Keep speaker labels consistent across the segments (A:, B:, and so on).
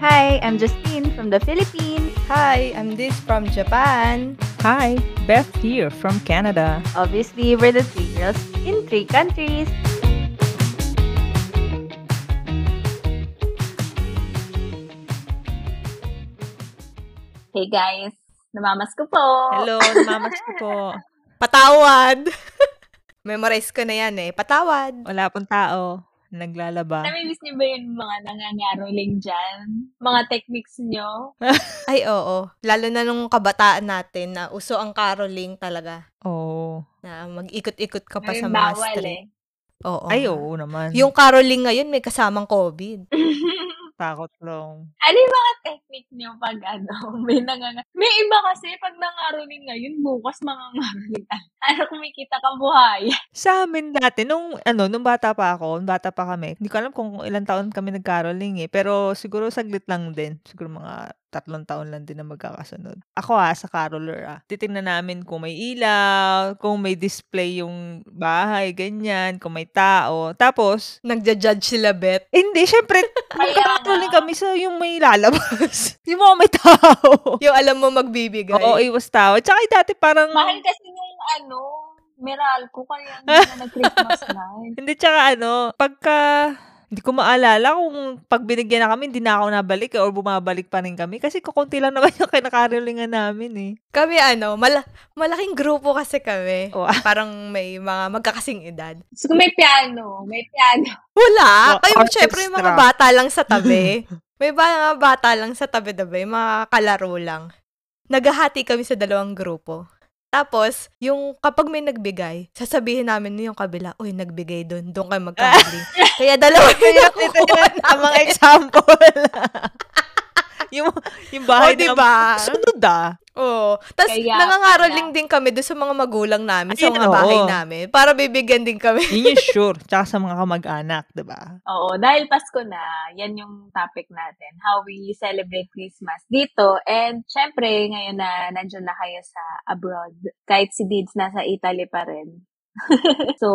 A: Hi, I'm Justine from the Philippines.
B: Hi, I'm This from Japan.
C: Hi, Beth here from Canada.
A: Obviously, we're the three girls in three countries. Hey guys, namamas ko po.
C: Hello, namamas ko po. Patawad!
B: Memorize ko na yan eh. Patawad!
C: Wala pong tao. Naglalaba.
A: Namimiss niyo ba yung mga nangangaroling dyan? Mga techniques niyo?
B: Ay, oo. Lalo na nung kabataan natin na uso ang caroling talaga.
C: Oo.
B: Na mag-ikot-ikot ka pa
A: Ngayon
B: sa mga
A: bawal
B: street.
A: eh.
B: Oo.
C: Ay, oo naman.
B: Yung caroling ngayon may kasamang COVID.
C: takot lang.
A: Ano yung mga technique niyo pag ano, may nanganga... May iba kasi pag nangaroling ngayon, bukas mangangaroling. Ano kumikita ka buhay?
B: Hmm.
C: Sa amin dati, nung, ano, nung bata pa ako, nung bata pa kami, hindi ko alam kung ilang taon kami nag-caroling eh. Pero siguro saglit lang din. Siguro mga tatlong taon lang din na magkakasunod. Ako ah, sa caroler ah. Titingnan namin kung may ilaw, kung may display yung bahay, ganyan, kung may tao. Tapos,
B: Nagja-judge sila, Beth.
C: Eh, Hindi, syempre, magkakatuloy
A: ano?
C: kami sa yung may lalabas. yung mga may tao.
B: Yung alam mo magbibigay.
C: Oo, iwas tao. Tsaka yung dati parang,
A: Mahal kasi yung ano, Meralco, kaya hindi na nag-Christmas light.
C: hindi tsaka ano, pagka, hindi ko maalala kung pag binigyan na kami, hindi na ako nabalik eh, or bumabalik pa rin kami. Kasi kukunti lang naman yung kinakarilingan namin eh.
B: Kami ano, mala- malaking grupo kasi kami.
C: Oo.
B: Parang may mga magkakasing edad.
A: So, may piano, may piano.
B: Wala.
C: Wa-
B: Kayo,
C: orchestra.
B: syempre, yung mga bata lang sa tabi. May ba- mga bata lang sa tabi-tabi, mga kalaro lang. Nagahati kami sa dalawang grupo. Tapos, yung kapag may nagbigay, sasabihin namin yung kabila, uy, nagbigay doon, doon kayo magkakaling. Kaya dalawa yung
C: Kaya ito
B: nakukuha
C: yung tamang example. Oh, yung, yung
B: O,
C: bahay
B: diba?
C: na sunod ah.
B: Oo. Tapos,
A: Kaya
B: nangangaroling din kami doon sa mga magulang namin, sa
C: Ayun,
B: mga bahay
C: oo.
B: namin, para bibigyan din kami.
C: Yun yung sure. Tsaka sa mga kamag-anak, diba?
A: Oo, dahil Pasko na, yan yung topic natin, how we celebrate Christmas dito. And syempre, ngayon na nandiyan na kayo sa abroad, kahit si Deeds nasa Italy pa rin. so,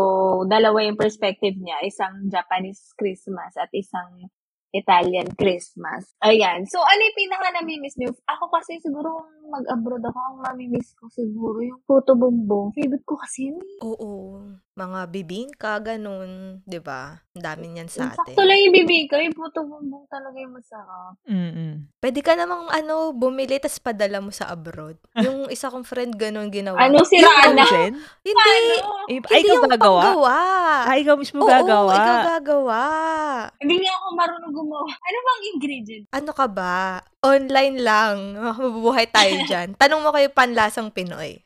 A: dalawa yung perspective niya, isang Japanese Christmas at isang Italian Christmas. Ayan. So, ano yung pinaka namimiss niyo? Ako kasi siguro kung mag-abroad ako, ang namimiss ko siguro yung puto bumbong. Favorite ko kasi yun. eh.
B: Oo. Mga bibingka, ganun. 'Di ba? Ang dami niyan sa atin.
A: Sakto lang yung bibigay. Puto bumbong talaga yung masarap.
C: Mm-mm.
B: Pwede ka namang ano, bumili tas padala mo sa abroad. Yung isa kong friend ganun ginawa.
A: Ano, si Rana?
C: Frozen?
B: Hindi,
A: Ano?
C: Eh, ay,
B: hindi
C: ikaw
B: yung
C: gagawa?
B: panggawa.
C: Ay, ikaw mismo
B: Oo,
C: gagawa.
B: ikaw gagawa.
A: Hindi nga ako marunong gumawa. Ano bang ingredient?
B: Ano ka ba? Online lang. Mabubuhay tayo dyan. Tanong mo kayo panlasang Pinoy.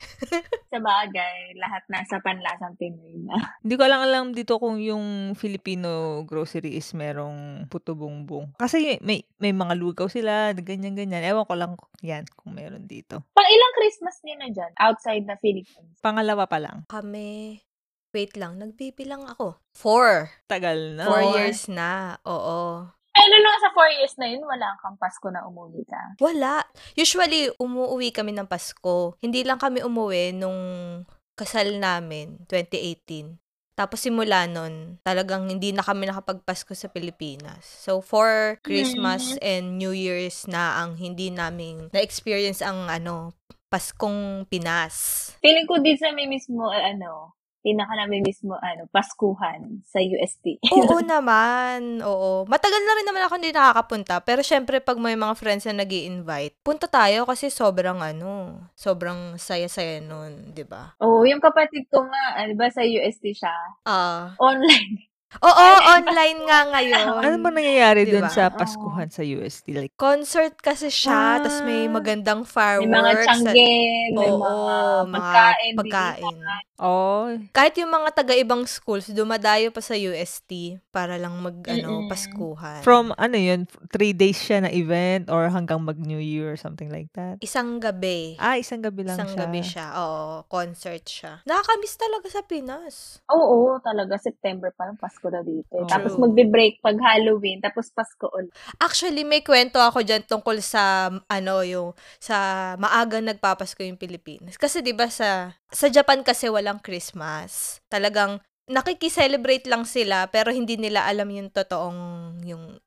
A: Sa bagay, lahat nasa panlasang Pinoy na.
C: Hindi ko lang alam dito kung yung Filipino grocery is merong puto bumbong. Kasi y- may, may mga lugaw sila, ganyan-ganyan. Ewan ko lang kung- yan kung meron dito.
A: Pang ilang Christmas niyo na dyan? Outside na Philippines.
C: Pangalawa pa lang.
B: Kami, wait lang, nagbibilang ako. Four.
C: Tagal na.
B: Four
A: Oo.
B: years na. Oo.
A: Ano lang sa four years na yun, wala kang Pasko na umuwi ka.
B: Wala. Usually, umuwi kami ng Pasko. Hindi lang kami umuwi nung kasal namin, 2018. Tapos simula nun, talagang hindi na kami nakapagpasko sa Pilipinas. So, for Christmas and New Year's na ang hindi namin na-experience ang ano, Paskong Pinas.
A: Feeling ko din sa may mismo, eh, ano, pinaka na may mismo, ano, Paskuhan sa UST.
B: Oo naman, oo. Matagal na rin naman ako hindi nakakapunta. Pero syempre, pag may mga friends na nag invite punta tayo kasi sobrang ano, sobrang saya-saya nun, di ba?
A: Oo, yung kapatid ko nga, ano ba, sa UST siya,
B: Ah.
A: online.
B: oo,
A: Online
B: online nga ngayon.
C: Ano ba nangyayari
B: Diba?
C: dun sa
A: Oo.
C: Paskuhan sa USD? Like,
B: Concert kasi siya, tas may magandang
A: May
B: fireworks.
A: mga tsangge, may
B: Oo,
A: mga
B: mga
A: pagkain.
B: pagkain.
C: oh,
B: Kahit yung mga taga-ibang schools, dumadayo pa sa UST para lang mag, ano,
A: Mm-mm.
B: paskuhan.
C: from ano yun, three days siya na event or hanggang mag-New Year or something like that.
B: Isang gabi.
C: Ah, isang gabi lang
B: Isang
C: siya.
B: gabi siya. Oo, concert siya. Nakakamiss talaga sa Pinas.
A: Oo, talaga, September pa lang, Pasko na dito.
C: True.
A: eh. Tapos magbe-break pag Halloween, tapos Pasko ulit.
B: Actually, may kwento ako dyan tungkol sa, ano, yung, sa maaga nagpapasko yung Pilipinas. Kasi 'di ba sa, sa Japan kasi walang Christmas. Talagang, nakikiselebrate lang sila, pero hindi nila alam yung totoong, yung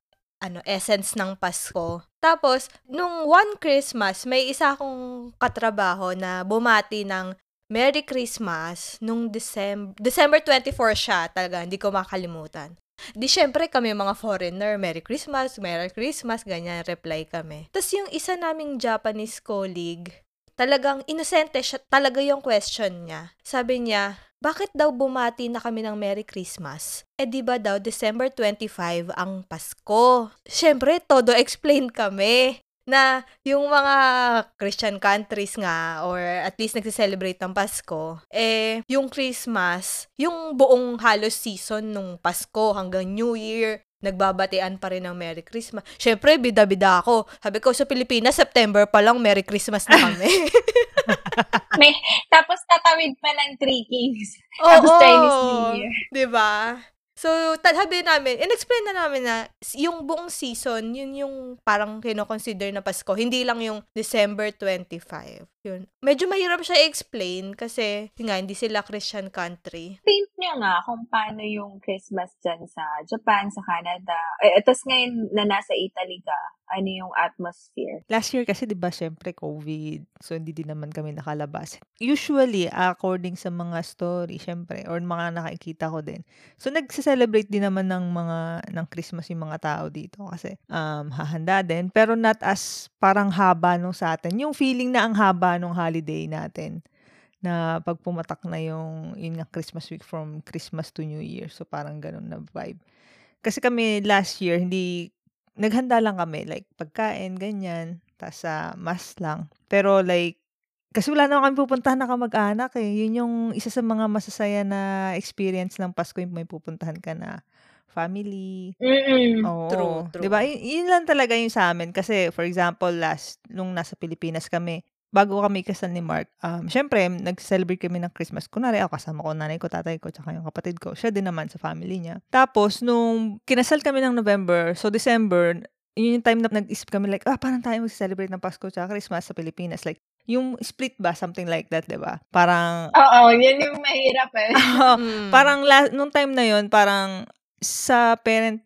B: ano, essence ng Pasko. Tapos, nung one Christmas, may isa akong katrabaho na bumati ng Merry Christmas nung December, December 24 siya talaga, hindi ko makalimutan. Di syempre kami mga foreigner, Merry Christmas, Merry Christmas, ganyan reply kami. Tapos yung isa naming Japanese colleague, talagang inosente siya, talaga yung question niya. Sabi niya, bakit daw bumati na kami ng Merry Christmas? Eh di ba daw December 25 ang Pasko? Syempre, todo explain kami na yung mga Christian countries nga or at least nagse-celebrate ng Pasko eh yung Christmas yung buong halos season nung Pasko hanggang New Year nagbabatean pa rin ng Merry Christmas. Siyempre, bida-bida ako. Sabi ko, sa Pilipinas, September pa lang, Merry Christmas na kami.
A: May, tapos tatawid pa ng Three Kings.
B: Oo,
A: Tapos Chinese New Year.
B: Di ba? So, sabi namin, in-explain na namin na yung buong season, yun yung parang kinoconsider na Pasko. Hindi lang yung December 25. Yun. Medyo mahirap siya i-explain kasi yun nga, hindi sila Christian country.
A: Paint niya nga kung paano yung Christmas dyan sa Japan, sa Canada. Eh, tapos ngayon na nasa Italy ka, ano yung atmosphere?
C: Last year kasi 'di ba syempre COVID. So hindi din naman kami nakalabas. Usually according sa mga story syempre or mga nakikita ko din. So nagse-celebrate din naman ng mga ng Christmas yung mga tao dito kasi um hahanda din pero not as parang haba nung sa atin. Yung feeling na ang haba nung holiday natin na pag pumatak na yung yun nga Christmas week from Christmas to New Year. So parang ganun na vibe. Kasi kami last year hindi naghanda lang kami, like, pagkain, ganyan, tas sa mas lang. Pero, like, kasi wala naman kami pupuntahan na kamag-anak eh. Yun yung isa sa mga masasaya na experience ng Pasko yung may pupuntahan ka na family.
A: Mm-mm.
C: Oo.
B: True, true.
C: Diba? Y- yun lang talaga yung sa amin. Kasi, for example, last, nung nasa Pilipinas kami, bago kami kasal ni Mark, um, syempre, nag-celebrate kami ng Christmas. Kunwari, ako kasama ko, nanay ko, tatay ko, tsaka yung kapatid ko. Siya din naman sa family niya. Tapos, nung kinasal kami ng November, so December, yun yung time na nag-isip kami like, ah, parang tayo mag-celebrate ng Pasko tsaka Christmas sa Pilipinas. Like, yung split ba, something like that, di ba? Parang,
A: Oo, yan yung mahirap eh.
B: Mm.
C: parang la- nung time na yon parang sa parents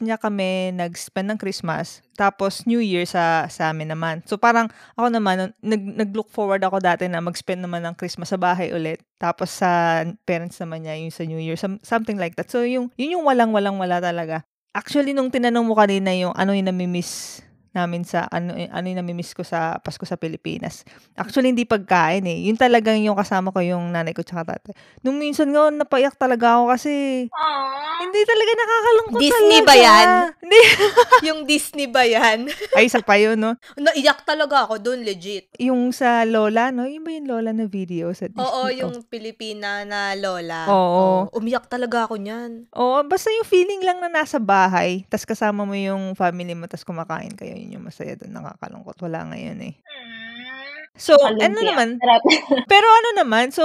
C: niya kami nag-spend ng Christmas tapos New Year sa sa amin naman. So parang ako naman nun- nag nag-look forward ako dati na mag-spend naman ng Christmas sa bahay ulit. Tapos sa parents naman niya yung sa New Year some- something like that. So yung yun yung walang walang wala talaga. Actually nung tinanong mo kanina yung ano yung nami-miss namin sa ano ano yung nami-miss ko sa Pasko sa Pilipinas. Actually hindi pagkain eh. Yun talagang yung kasama ko yung nanay ko tsaka tatay. Nung minsan nga, napaiyak talaga ako kasi
A: Aww.
C: hindi talaga nakakalungkot
B: Disney
C: talaga.
B: ba yan?
C: Hindi.
B: yung Disney ba yan?
C: Ay, isa pa yun, no?
B: Naiyak talaga ako dun, legit.
C: Yung sa Lola, no? Yun ba yung Lola na video sa Disney? Oh.
B: Oo, yung Pilipina na lola.
C: Oo.
B: Oo, umiyak talaga ako niyan.
C: Oo, basta yung feeling lang na nasa bahay, tas kasama mo yung family mo, tas kumakain kayo, yun yung masaya doon, nakakalungkot. Wala ngayon eh. So, ano naman, Pero ano naman, so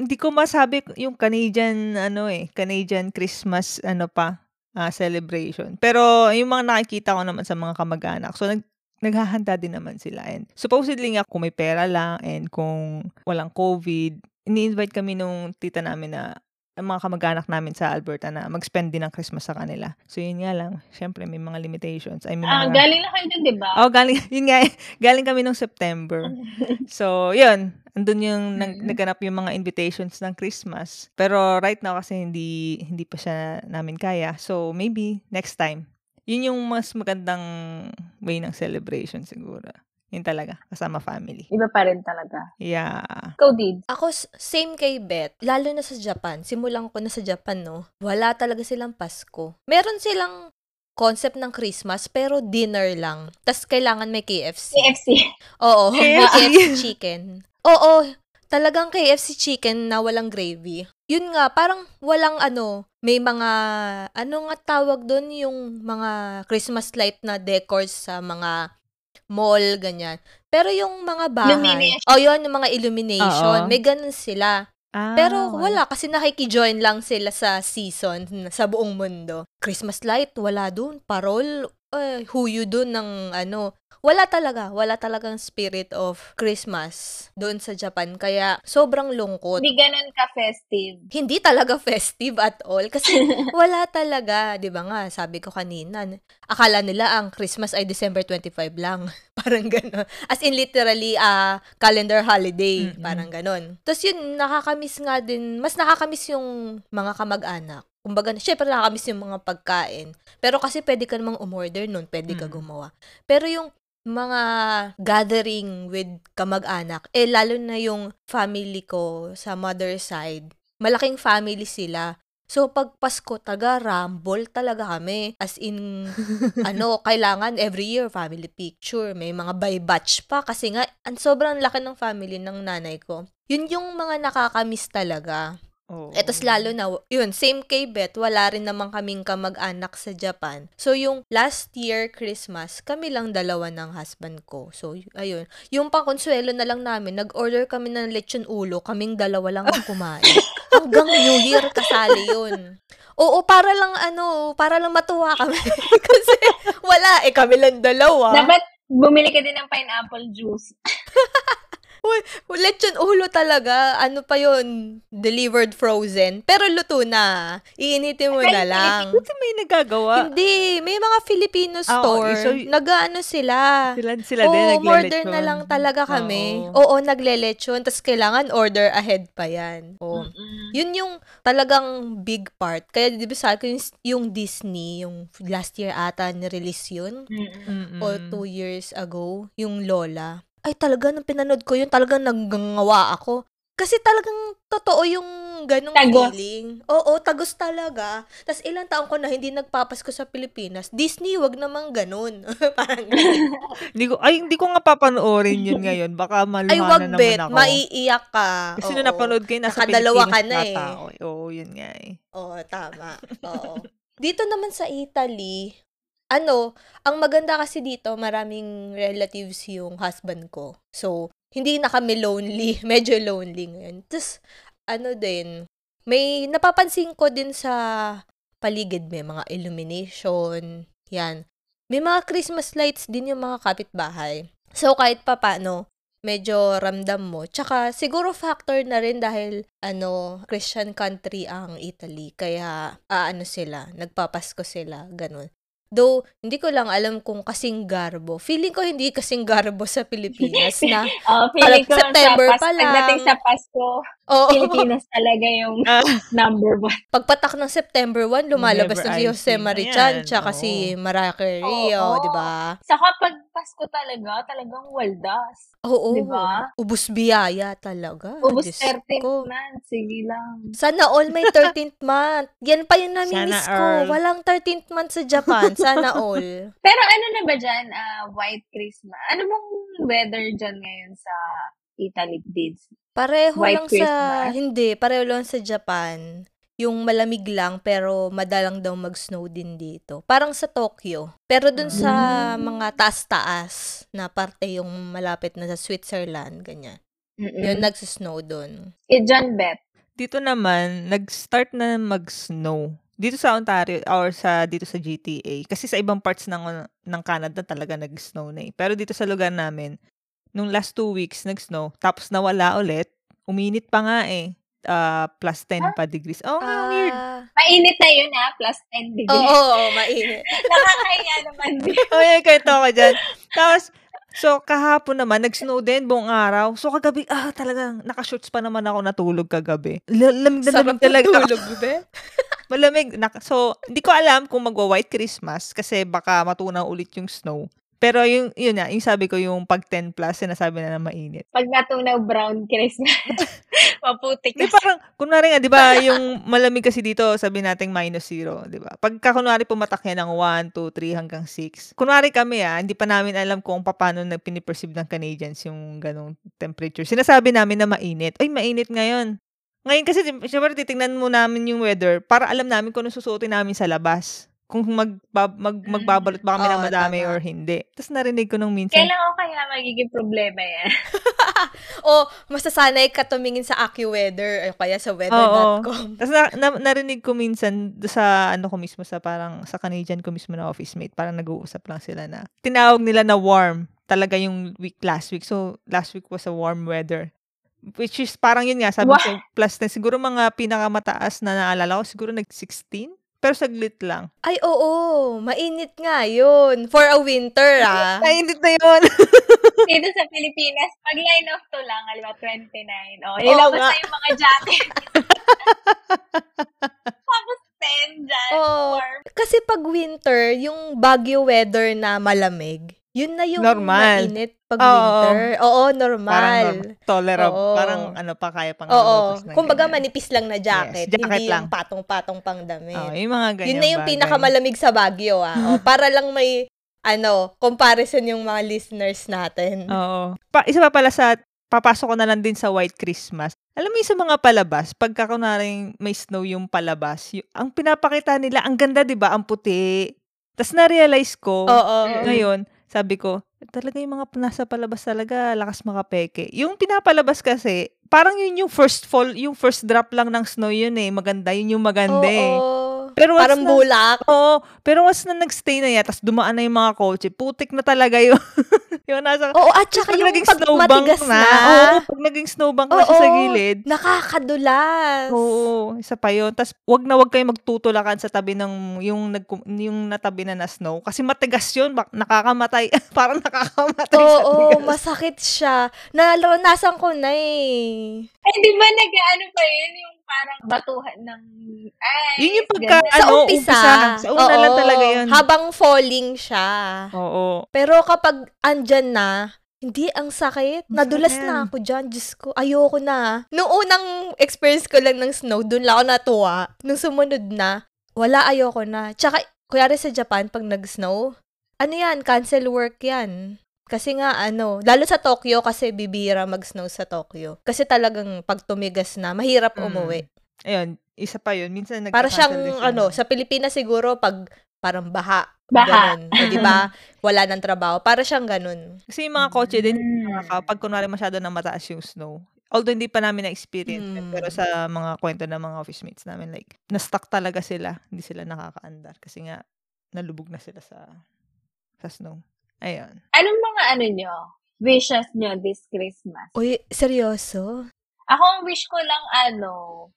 C: hindi ko masabi yung Canadian ano eh, Canadian Christmas ano pa ah, celebration. Pero yung mga nakikita ko naman sa mga kamag-anak. So nag naghahanda din naman sila and supposedly nga kung may pera lang and kung walang COVID, ini-invite kami nung tita namin na ang mga kamag-anak namin sa Alberta na mag-spend din ng Christmas sa kanila. So yun nga lang, syempre may mga limitations. I mean,
A: Ah,
C: mga-
A: galing na kayo dun, di ba?
C: Oh, galing, yun nga, eh, galing kami nung September. So, yun, andun yung nag,
B: Mm-hmm.
A: Mm.
C: naganap yung mga invitations ng Christmas. Pero right now kasi hindi, hindi pa siya namin kaya. So, maybe next time. Yun yung mas magandang way ng celebration siguro. Yun talaga, kasama family.
A: Iba pa rin talaga.
C: Yeah.
A: Ikaw, Did.
B: Ako, s- same kay Beth. Lalo na sa Japan. Simulan ko na sa Japan, no? Wala talaga silang Pasko. Meron silang concept ng Christmas, pero dinner lang. Tapos kailangan may KFC.
A: KFC.
B: Oo, may
C: KFC.
B: KFC chicken. Oo, talagang KFC chicken na walang gravy. Yun nga, parang walang ano, may mga, ano nga tawag doon, yung mga Christmas light na decors sa mga mall, ganyan. Pero yung mga bahay,
A: Illumination.
B: oh yun, yung mga illumination,
C: Oo.
B: may ganun sila.
C: Ah,
B: Pero
C: okay.
B: wala kasi nakikijoin lang sila sa season n- sa buong mundo. Christmas light wala doon, parol eh, huyo doon ng ano Wala talaga. Wala talagang spirit of Christmas doon sa Japan. Kaya sobrang lungkot.
A: Hindi ganun ka-festive.
B: Hindi talaga festive at all. Kasi wala talaga. Di ba nga, sabi ko kanina. n- Akala nila ang Christmas ay December 25 lang. parang gano'n. As in literally, ah calendar holiday.
C: Mm-mm.
B: Parang gano'n. Tapos yun, nakakamiss nga din. Mas nakakamiss yung mga kamag-anak. Kumbaga, syempre nakakamiss yung mga pagkain. Pero kasi pwede ka namang umorder nun, pwede ka
C: Mm.
B: gumawa. Pero yung mga gathering with kamag-anak, eh lalo na yung family ko sa mother side, malaking family sila. So, pag Pasko, taga rumble talaga kami. As in, ano, kailangan every year family picture. May mga by batch pa kasi nga, ang sobrang laki ng family ng nanay ko. Yun yung mga nakakamiss talaga.
C: Oo.
B: Eh, tas lalo na, yun, same kay Beth, wala rin naman kaming kamag-anak sa Japan. So, yung last year Christmas, kami lang dalawa ng husband ko. So, y- ayun. Yung pangkonsuelo na lang namin, nag-order kami ng lechon ulo, kaming dalawa lang ang kumain. Hanggang New Year kasali yun. Oo, para lang ano, para lang matuwa kami. Kasi wala, eh kami lang dalawa.
A: Dapat bumili ka din ng pineapple juice.
B: Lechon ulo talaga. Ano pa yun? Delivered frozen. Pero luto na. Iinitin mo
A: Ay,
B: na lang.
C: Buti may nagagawa.
B: Hindi, may mga Filipino
C: Ah, oo,
B: store.
C: so y-
B: Nag-ano sila.
C: Sila, sila din
B: Oo, order
C: nagle-lechon.
B: na lang talaga kami.
C: Oo.
B: Oo, nagle-lechon. Tapos kailangan order ahead pa yan. Oo.
A: Mm-mm.
B: Yun yung talagang big part. Kaya di ba sa akin, yung- yung Disney, yung last year ata nirelease yun.
A: Mm-mm.
C: Mm-mm.
B: O two years ago, yung Lola. Ay talaga, nung pinanood ko yun, talagang nagngangawa ako. Kasi talagang totoo yung ganong
A: Tagos.
B: feeling. Oo, tagos talaga. Tapos ilang taon ko na hindi nagpapasko sa Pilipinas. Disney, wag namang ganun. Parang ganun.
C: Hindi ko, ay, hindi ko nga papanoorin yun ngayon. Baka maluha
B: Ay, wag
C: na ano
B: bet.
C: naman ako.
B: Maiiyak ka.
C: Kasi
B: Ah, Oo.
C: nung napanood ko yun, nasa
B: Nakadalawa
C: Pilipinas
B: ka na eh.
C: ata ako eh. Oo, yun nga eh.
B: Oo, tama. Oo. dito naman sa Italy, ano, ang maganda kasi dito, maraming relatives yung husband ko. So, hindi na kami lonely. Medyo lonely ngayon. Tapos, ano din, may napapansin ko din sa paligid, may mga illumination, yan. May mga Christmas lights din yung mga kapitbahay. So, kahit pa paano, medyo ramdam mo. Tsaka, siguro factor na rin dahil, ano, Christian country ang Italy. Kaya, ah, ano sila, nagpapasko sila, ganun. Though, hindi ko lang alam kung kasing garbo. Feeling ko hindi kasing garbo sa Pilipinas na,
A: Oh, feeling ko
B: Parang September
A: sa Pas-
B: pa lang.
A: Pagdating sa Pasko,
B: oo,
A: Pilipinas talaga yung
C: Ah.
A: number one.
B: pagpatak ng September 1,
C: Never
B: lumalabas na si
C: I
B: Jose
C: seen. Ayan,
B: Marichan, tsaka
C: oo.
B: si Mariah Carey,
A: Oo.
B: oh, di ba?
A: Sa kapag Pasko talaga, talagang waldas.
B: Oo.
A: Di ba?
B: Ubus biyaya talaga.
A: Ubus
B: Diyos
A: 13
B: ko.
A: months, sige lang.
B: Sana all may 13th month. Yan pa yung namimiss
C: Sana
B: ko.
C: all.
B: Walang 13th month sa Japan. Sana all.
A: Pero ano na ba dyan, ah, White Christmas? Ano bang weather dyan ngayon sa Italy Dids?
B: Pareho
A: White
B: lang sa...
A: Christmas.
B: Hindi, pareho lang sa Japan. Yung malamig lang, pero madalang daw mag-snow din dito. Parang sa Tokyo. Pero dun sa
C: Hmm.
A: Mm.
B: mga taas-taas na parte yung malapit na sa Switzerland, ganyan. Yun,
A: Mm-mm.
B: nagsisnow dun.
A: Eh, dyan, Beth.
C: Dito naman, nag-start na mag-snow. Dito sa Ontario or sa dito sa GTA kasi sa ibang parts ng ng Canada talaga nag-snow na eh. Pero dito sa lugar namin, nung last two weeks nag-snow, tapos nawala ulit, uminit pa nga eh. Ah, plus 10 pa degrees. Oh, nga, weird.
B: Ah,
A: Mainit na yun, ha? Plus 10
B: oo,
A: degrees.
B: oo, mainit.
A: Nakakahiya naman din.
C: Oh, yeah, kahit ako dyan. Tapos, so, kahapon naman, nag-snow din buong araw. So, kagabi, ah, talagang, nakashorts pa naman ako natulog kagabi. La- Lamig na
B: Sarap
C: lamig
B: ng
C: talaga.
B: tulog, be.
C: Malamig. Nak- so, hindi ko alam kung magwa-white Christmas kasi baka matunaw ulit yung snow. Pero yung, yun na, yung sabi ko yung pag 10 plus, sinasabi na na mainit.
A: Pag natunaw brown Christmas, maputik
C: Di parang, kunwari nga, di ba, yung malamig kasi dito, sabi natin minus zero, di ba? Pagka kunwari pumatak yan ng 1, 2, 3 hanggang 6. Kunwari kami ah, hindi pa namin alam kung paano na piniperceive ng Canadians yung ganong temperature. Sinasabi namin na mainit. Ay, mainit ngayon. Ngayon kasi, sim- syempre, titingnan mo namin yung weather para alam namin kung ano susuotin namin sa labas. Kung magbab- mag-
A: Mm.
C: magbabalot ba kami ng
B: Hmm. Oo,
C: madami
B: tama.
C: or hindi. Tapos narinig ko nung minsan,
A: Kailan ko kaya magiging problema yan?
B: O, masasanay ka tumingin sa AccuWeather o kaya sa weather.com.
C: Tapos na, na- narinig ko minsan do- sa ano ko mismo sa parang sa Canadian ko mismo na office mate, parang nag-uusap lang sila na tinawag nila na warm talaga yung week last week. So, last week was a warm weather. Which is parang yun nga, sabi ko, plus na siguro mga pinakamataas na naalala ko, siguro nag-16. Pero saglit lang.
B: Ay, oo. Mainit nga yun. For a winter, ah.
C: Nainit na yun.
A: Dito sa Pilipinas, pag line off to lang, alam 29. O, ilabas
C: nga.
A: na yung mga jacket. Tapos 10 dyan.
B: Oo.
A: Warm.
B: Kasi pag winter, yung Baguio weather na malamig, yun na yung
C: Normal.
B: mainit pag
C: Oo.
B: winter. Oo,
C: parang
B: normal.
C: normal. tolerable.
B: Oo.
C: Parang ano pa kaya pang
B: Oo.
C: lumabas ng
B: Kumbaga
C: ganyan.
B: manipis lang na jacket.
C: Yes, jacket
B: hindi
C: lang.
B: yung patong-patong pang damit.
C: Oo, yung mga ganyan
B: yun na yung
C: bagay.
B: pinakamalamig sa Baguio, ah. O, para lang may, ano, comparison yung mga listeners natin.
C: Oo. Pa, isa pa pala sa, papasok ko na lang din sa White Christmas. Alam mo yung sa mga palabas, pagka kunaring may snow yung palabas, yung, ang pinapakita nila, ang ganda, di ba? Ang puti. Tapos na-realize ko,
B: Oo.
C: ngayon, sabi ko, talaga yung mga nasa palabas talaga, lakas makapeke. Yung pinapalabas kasi, parang yun yung first fall, yung first drop lang ng snow yun eh. Maganda, yun yung maganda eh.
B: Oo.
C: Pero once
B: Parang
C: na-
B: bulak.
C: Oo, pero once na nagstay na yan, tapos dumaan na yung mga kotse, putik na talaga yun. yung nasa
B: Oo, at saka yung pag matigas na,
C: Oo, pag naging snowbank na siya sa
B: Oo.
C: gilid.
B: nakakadulas.
C: Oo, isa pa yun. Tapos, wag na wag kayo magtutulakan sa tabi ng yung, nag, yung natabi na na snow. Kasi matigas yun. Bak, nakakamatay. Parang nakakamatay
B: Oo,
C: sa tigas.
B: masakit siya. Naranasan ko na eh.
A: Ay, di ba nag-ano pa yun? Yung parang batuhan ng ice.
C: Yun yung pagka,
A: ganun.
B: Sa
C: ano,
B: umpisa.
C: Sa una lang
B: oo,
C: talaga yun.
B: Habang falling siya.
C: Oo.
B: Pero kapag andyan na, hindi, ang sakit.
C: Ang
B: Nadulas
C: sakit.
B: na ako dyan. Diyos ko, ayoko na. Nung unang experience ko lang ng snow, dun lang ako natuwa. Nung sumunod na, wala, ayoko na. Tsaka, kuyari sa Japan, pag nag-snow, ano yan, cancel work yan. Kasi nga, ano, lalo sa Tokyo, kasi bibira mag-snow sa Tokyo. Kasi talagang pag tumigas na, mahirap
C: Mm.
B: umuwi.
C: Ayun, isa pa yun. Minsan
B: Para
C: nagka-cancel
B: siyang,
C: din siya
B: ano,
C: ng-
B: sa Pilipinas siguro, pag parang baha.
A: Baha.
B: Ganun. O, di ba? Wala ng trabaho. Para siyang ganun.
C: Kasi yung mga kotse din,
A: Mm.
C: nakaka- pag kunwari masyado na mataas yung snow. Although hindi pa namin na-experience, yun,
B: Mm.
C: pero sa mga kwento ng mga office mates namin, like, na-stuck talaga sila. Hindi sila nakakaandar kasi nga, nalubog na sila sa sa snow. Ayun.
A: Anong mga ano nyo? Wishes nyo this Christmas?
B: Uy, seryoso?
A: Ako ang wish ko lang ano,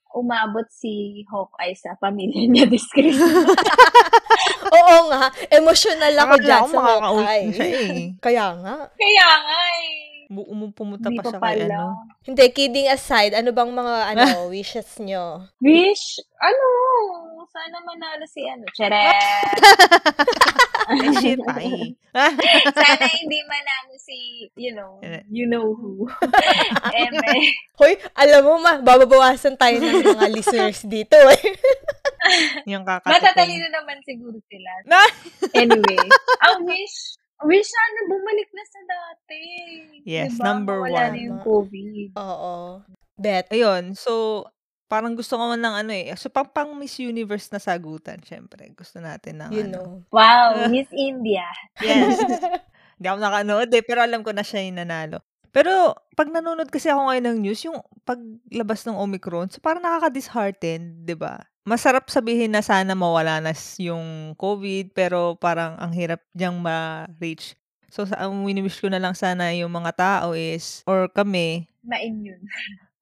A: umabot si Hawkeye sa pamilya niya this Christmas.
B: Oo nga, emotional ako
C: Akala
B: dyan
C: ko
B: sa
C: makaka-out na siya
B: Hawkeye.
C: eh.
B: Kaya nga.
A: Kaya nga eh.
C: Bu- umu- pumunta pa
A: Hindi pa
C: siya kay
A: pala.
C: ano.
B: Hindi, kidding aside, ano bang mga ano wishes nyo?
A: Wish, ano, sana manalo si ano. Tiyere!
C: Ay, shit, ay.
A: sana hindi manalo si, you know, you know who. Eh, Eme.
B: Hoy, alam mo ma, bababawasan tayo ng mga listeners dito eh.
C: yung kakatating.
A: Matatalino naman siguro sila.
C: Na!
A: Anyway, ang wish, wish sana bumalik na sa dati.
C: Yes,
A: Diba?
C: number
A: Mawala na
B: one.
A: yung COVID.
B: Oo. Bet.
C: Ayun, so, parang gusto ko man ng ano eh. So, pang, pang Miss Universe na sagutan, syempre. Gusto natin ng
B: You
C: ano.
B: know.
A: Wow, Miss India.
C: Yes. Hindi ako nakanood eh, pero alam ko na siya yung nanalo. Pero pag nanonood kasi ako ngayon ng news, yung paglabas ng Omicron, so parang nakaka-dishearten, di ba? Masarap sabihin na sana mawala na s- yung COVID, pero parang ang hirap niyang ma-reach. So, sa, ang wini-wish ko na lang sana yung mga tao is, or kami,
A: Ma-immune.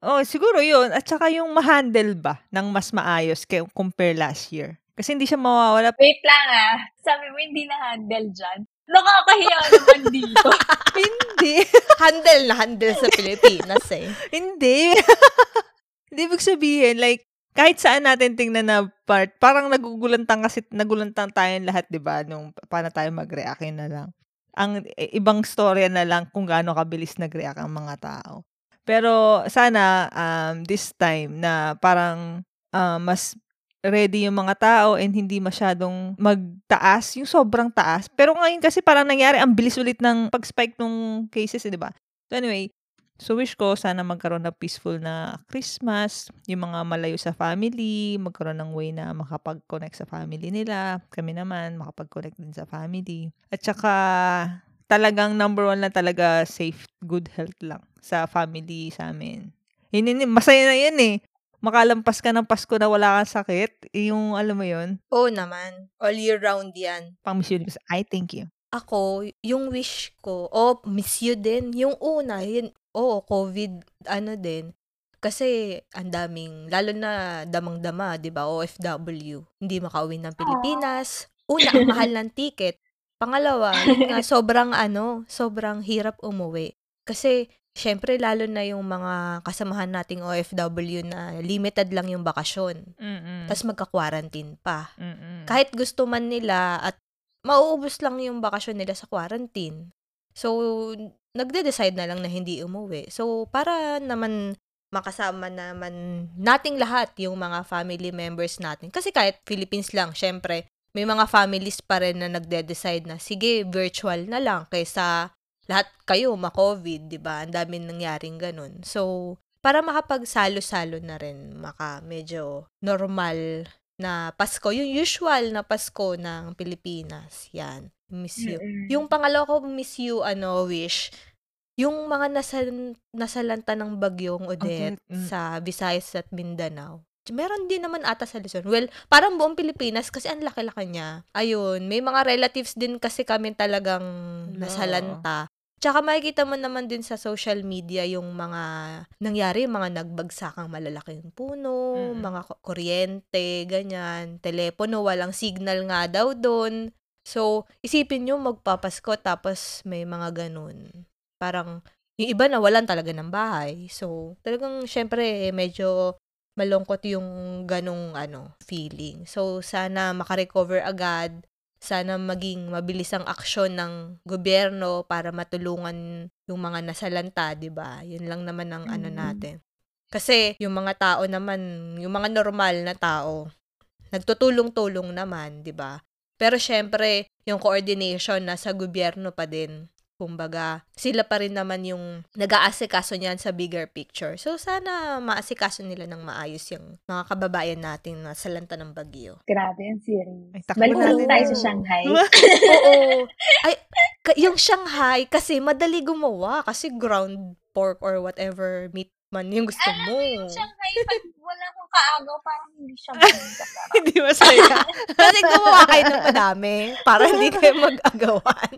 C: Oh, siguro 'yun. At saka yung ma-handle ba ng mas maayos kay compare last year. Kasi hindi siya mawawala.
A: Wait lang ah. Sabi mo hindi na-handle dyan. Nakakahiya naman dito.
C: hindi.
B: Handle na handle sa Pilipinas eh.
C: Hindi. Hindi ibig sabihin, like, kahit saan natin tingnan na part, parang nagugulantang kasi, nagulantang tayong lahat, di ba, nung pa- paano tayo mag-react yun na lang. Ang i- ibang storya na lang kung gaano kabilis nag-react ang mga tao. Pero sana um, this time na parang uh, mas ready yung mga tao and hindi masyadong magtaas, yung sobrang taas. Pero ngayon kasi parang nangyari, ang bilis ulit ng pag-spike nung cases, eh, di ba? So anyway, So wish ko sana magkaroon ng peaceful na Christmas, yung mga malayo sa family, magkaroon ng way na makapag-connect sa family nila, kami naman makapag-connect din sa family. At saka talagang number one lang talaga safe, good health lang sa family sa amin. Yun, yun, yun. masaya na yun eh. Makalampas ka ng Pasko na wala kang sakit, yung alam mo yun,
B: Oo naman. All year round yan.
C: pang Miss Universe. I thank you.
B: Ako, yung wish ko, oh, miss you din. Yung una, yun, oh, COVID, ano din. Kasi, ang daming, lalo na damang-dama, di ba, OFW. Hindi makauwi ng Pilipinas. Una, ang mahal ng ticket. Pangalawa, yun nga, sobrang ano, sobrang hirap umuwi. Kasi, syempre, lalo na yung mga kasamahan nating OFW na limited lang yung bakasyon.
C: Mm-mm.
B: Tapos magka-quarantine pa
C: Mm-mm.
B: kahit gusto man nila at mauubos lang yung bakasyon nila sa quarantine. So, nagde-decide na lang na hindi umuwi. So, para naman makasama naman nating lahat yung mga family members natin. Kasi kahit Philippines lang, syempre, may mga families pa rin na nagde-decide na, sige, virtual na lang kaysa lahat kayo ma-COVID, di ba? Ang dami nangyaring ganun. So, para makapagsalo-salo na rin, maka medyo normal na Pasko, yung usual na Pasko ng Pilipinas. Yan, miss you.
A: Mm-mm.
B: Yung pangalawa ko, miss you, ano, wish, yung mga nasa, nasalanta ng bagyong Odette
C: Odette, mm.
B: sa Visayas at Mindanao. Meron din naman ata sa Luzon. Well, parang buong Pilipinas kasi ang laki-laki niya. Ayun, may mga relatives din kasi kami talagang nasalanta. Tsaka makikita mo naman din sa social media yung mga nangyari, yung mga nagbagsakang malalaking puno,
C: Mm.
B: mga ku- kuryente, ganyan, telepono, walang signal nga daw doon. So, isipin nyo magpapasko tapos may mga ganun. Parang yung iba nawalan talaga ng bahay. So, talagang syempre eh, medyo malungkot yung ganong ano, feeling. So, sana makarecover agad sana maging mabilis ang aksyon ng gobyerno para matulungan yung mga nasalanta, 'di ba? Yun lang naman ang ano
A: Mm.
B: natin. Kasi yung mga tao naman, yung mga normal na tao, nagtutulong-tulong naman, 'di ba? Pero syempre, yung coordination nasa gobyerno pa din. Kumbaga, sila pa rin naman yung nag-aasikaso niyan sa bigger picture. So, sana maasikaso nila ng maayos yung mga kababayan natin na salanta ng bagyo.
A: Grabe ang series.
C: Ay, takbo
A: Balik
B: natin
A: ulit tayo
B: yun.
A: sa Shanghai.
B: Oo. Ay, ka- yung Shanghai, kasi madali gumawa. Kasi ground pork or whatever meat man yung gusto mo.
A: Shanghai, pag wala kong kaagaw, parang hindi siya maganda.
C: Hindi masaya.
B: Kasi gumawa kayo ng madami para hindi kayo mag-agawan.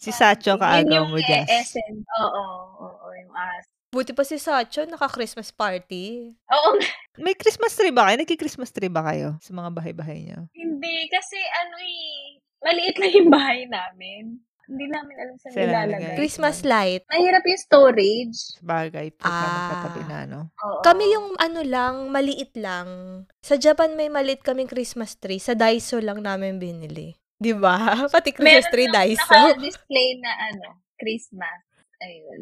C: si Sacho kaagaw ano mo,
A: Yun yung eh,
C: Jess.
A: essence. Oo, oo, oo, yung as.
B: Buti pa si Sacho, naka-Christmas party.
A: Oo,
C: May Christmas tree ba kayo? Nagki-Christmas tree ba kayo sa mga bahay-bahay niyo?
A: hindi. Kasi ano eh, maliit lang yung bahay namin. Hindi namin alam saan
C: Saan
A: ilalagay.
C: ilalagay?
B: Christmas light.
A: Mahirap yung storage.
C: Sa bagay, put lang
B: Ah.
C: magkatabi na, no?
A: Oo.
B: Kami yung ano lang, maliit lang. Sa Japan may maliit kaming Christmas tree. Sa Daiso lang namin binili. 'Di ba? Pati Christmas
A: Meron
B: tree
A: lang
B: Daiso.
A: naka-display na ano, Christmas. Ayun.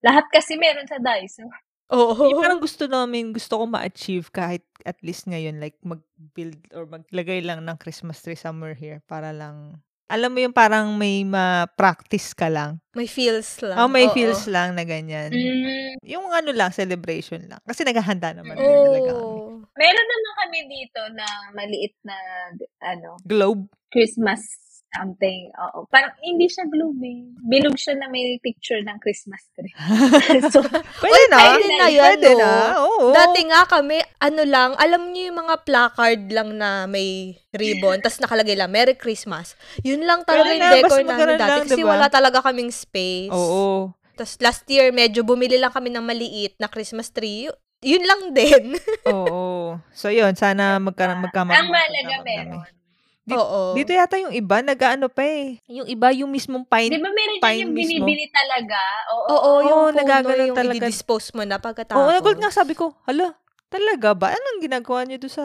A: Lahat kasi meron sa Daiso.
B: Oo.
C: Yung parang gusto namin, gusto ko ma-achieve kahit at least ngayon, like mag-build or maglagay lang ng Christmas tree somewhere here para lang, alam mo yung parang may ma-practice ka lang.
B: May feels lang.
C: Oh, may
B: Oo.
C: feels lang na ganyan.
A: Mm.
C: Yung ano lang, celebration lang. Kasi naghahanda naman
A: Oo.
C: din
B: Oh.
C: talaga kami.
B: Oo.
A: Meron naman kami dito na maliit na ano,
C: Globe.
A: Christmas something. Oo. Parang hindi siya globe eh. Bilog siya na may picture ng Christmas tree. so,
C: Pwede na.
B: pwede na yan,
C: Pwede
B: no?
C: na. Oo.
B: Dati nga kami, ano lang, alam niyo yung mga placard lang na may ribbon, tapos nakalagay lang, Merry Christmas. Yun lang
C: Yun
B: talaga yung
C: na,
B: decor
C: basta
B: namin
C: magkaroon
B: dati.
C: lang,
B: kasi
C: diba?
B: wala talaga kaming space.
C: Oo.
B: Tapos last year, medyo bumili lang kami ng maliit na Christmas tree. Y- Yun lang din.
C: Oo. So, yun. Sana magkaroon magkama.
A: ang
C: magkama-
A: mahalaga meron.
C: Di-
B: Oo.
C: Dito yata yung iba, nag-ano pa eh. Yung iba, yung mismong
A: Di
C: pine.
A: ba meron
C: Pine
A: din yung
C: mismo.
A: binibili talaga? Oo.
B: Oo, yung
C: Oo,
B: puno,
C: nagaganon
B: yung
C: talaga.
B: i-dispose mo na pagkatapos.
C: Oo, nagulat nga sabi ko, hala, talaga ba? Anong ginagawa niyo doon sa...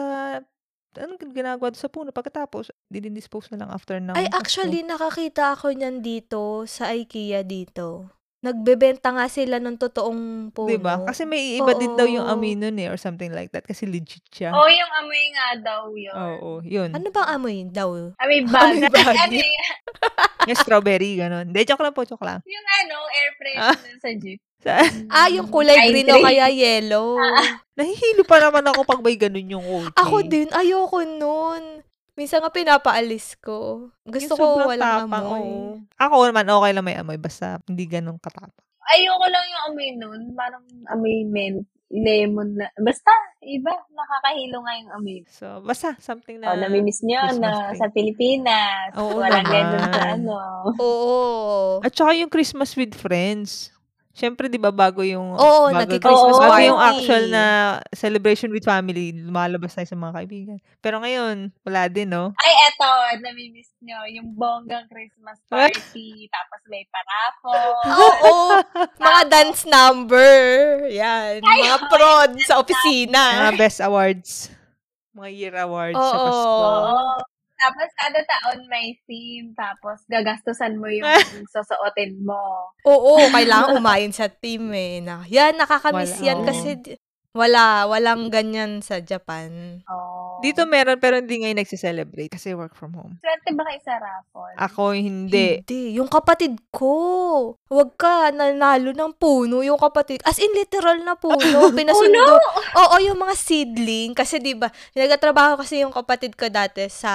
C: Anong ginagawa doon sa puno? Pagkatapos, didispose na lang after ng...
B: Ay,
C: Pasko.
B: actually, nakakita ako niyan dito sa IKEA dito. Nagbebenta nga sila ng totoong puno.
C: Diba? Kasi may iba din daw yung
B: Oo. Oh.
C: amoy nun eh, or something like that. Kasi legit siya.
A: Oo, yung amoy nga daw yun.
C: Oo, yun.
B: Ano bang amoy daw?
A: Amoy bag.
B: Amoy
A: Tapos
B: bag.
A: ano yun?
C: Yung strawberry, ganun. Hindi, joke lang po, joke lang.
A: yung ano, air freshener
C: Ah.
A: sa jeep.
C: Sa-
B: Ah, yung kulay
A: Pine
B: green o
A: tree.
B: kaya yellow.
C: Nahihilo pa naman ako pag may ganun yung eh. kotse.
B: Ako din, ayoko nun. Minsan nga pinapaalis ko.
C: Yung
B: Gusto ko
C: sobrang
B: walang
C: tapang,
B: amoy.
C: oo. Ako naman, okay lang may amoy. Basta hindi ganun katapang.
A: Ayoko lang yung amoy nun. Parang amoy mint. lemon na, basta, iba, nakakahilo nga yung amoy.
C: So, basta, something na...
A: oh, namimiss nyo
C: Christmas
A: na
C: tree.
A: sa Pilipinas.
C: Oo
A: Walang
C: naman.
A: ganun sa ano.
B: Oo.
C: At saka yung Christmas with friends. Siyempre, di ba, bago yung...
B: Oo,
C: bago-
B: nagki-Christmas
C: Bago yung
B: party.
C: actual na celebration with family, lumalabas tayo sa mga kaibigan. Pero ngayon, wala din, no?
A: Ay, eto, namimiss nyo. Yung bonggang Christmas party, tapos may parapol.
B: Oo. Mga dance number. Yan. Mga prod
C: Mga
B: sa opisina.
C: best awards. Mga year awards sa
B: Ah. Oo.
C: Pasko.
A: Oo. Tapos ano kada taon may theme, tapos gagastusan mo yung susuotin mo.
B: Oo, kailangan umayon sa team eh. Na, yan, nakakamiss
C: Wala,
B: yan
C: oo.
B: kasi di- wala, walang ganyan sa Japan.
A: Oh.
C: Dito meron, pero hindi ngayon nagsiselebrate kasi work from home.
A: Swerte ba kayo sa raffle?
C: Ako, hindi.
B: Yung kapatid ko. Huwag ka, nanalo ng puno yung kapatid. As in, literal na puno. Pinasundo. Oo, yung mga seedling. Kasi di ba nagtatrabaho kasi yung kapatid ko dati sa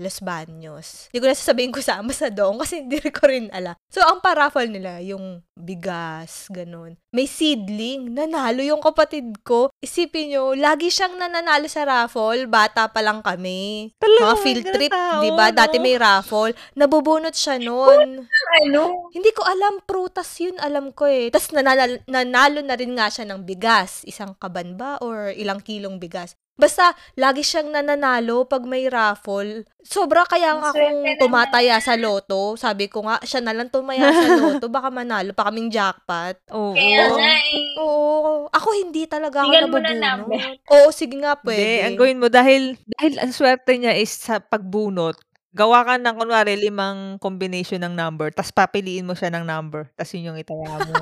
B: Los Baños. Hindi ko na sasabihin ko sama sa doon kasi hindi ko rin ala. So, ang paraffle nila, yung bigas, ganun. May seedling. Nanalo yung kapatid ko. Isipin nyo, lagi siyang nananalo sa raffle. Bata pa lang kami.
C: Talaga,
B: Mga field
C: ganun
B: trip,
C: tao,
B: di ba?
C: no?
B: Dati may raffle. Nabubunot siya noon.
A: Ano?
B: Hindi ko alam, prutas yun, alam ko eh. Tapos nanalo, nanalo na rin nga siya ng bigas. Isang kaban ba or ilang kilong bigas? Basta, lagi siyang nananalo pag may raffle. Sobra kaya
A: Ang
B: nga
A: swerte
B: akong
A: naman.
B: tumataya sa loto. Sabi ko nga, siya na lang tumaya sa loto. Baka manalo pa kaming jackpot.
C: Oo.
A: Kaya nga eh.
B: Oo. Ako hindi talaga ako
A: Bigyan mo na number.
B: nabubunot. Oo, sige nga,
C: Hindi,
B: pwede.
C: ang gawin mo dahil dahil ang swerte niya is sa pagbunot. Gawa ka ng kunwari limang combination ng number, tapos papiliin mo siya ng number, tapos yun yung itaya mo.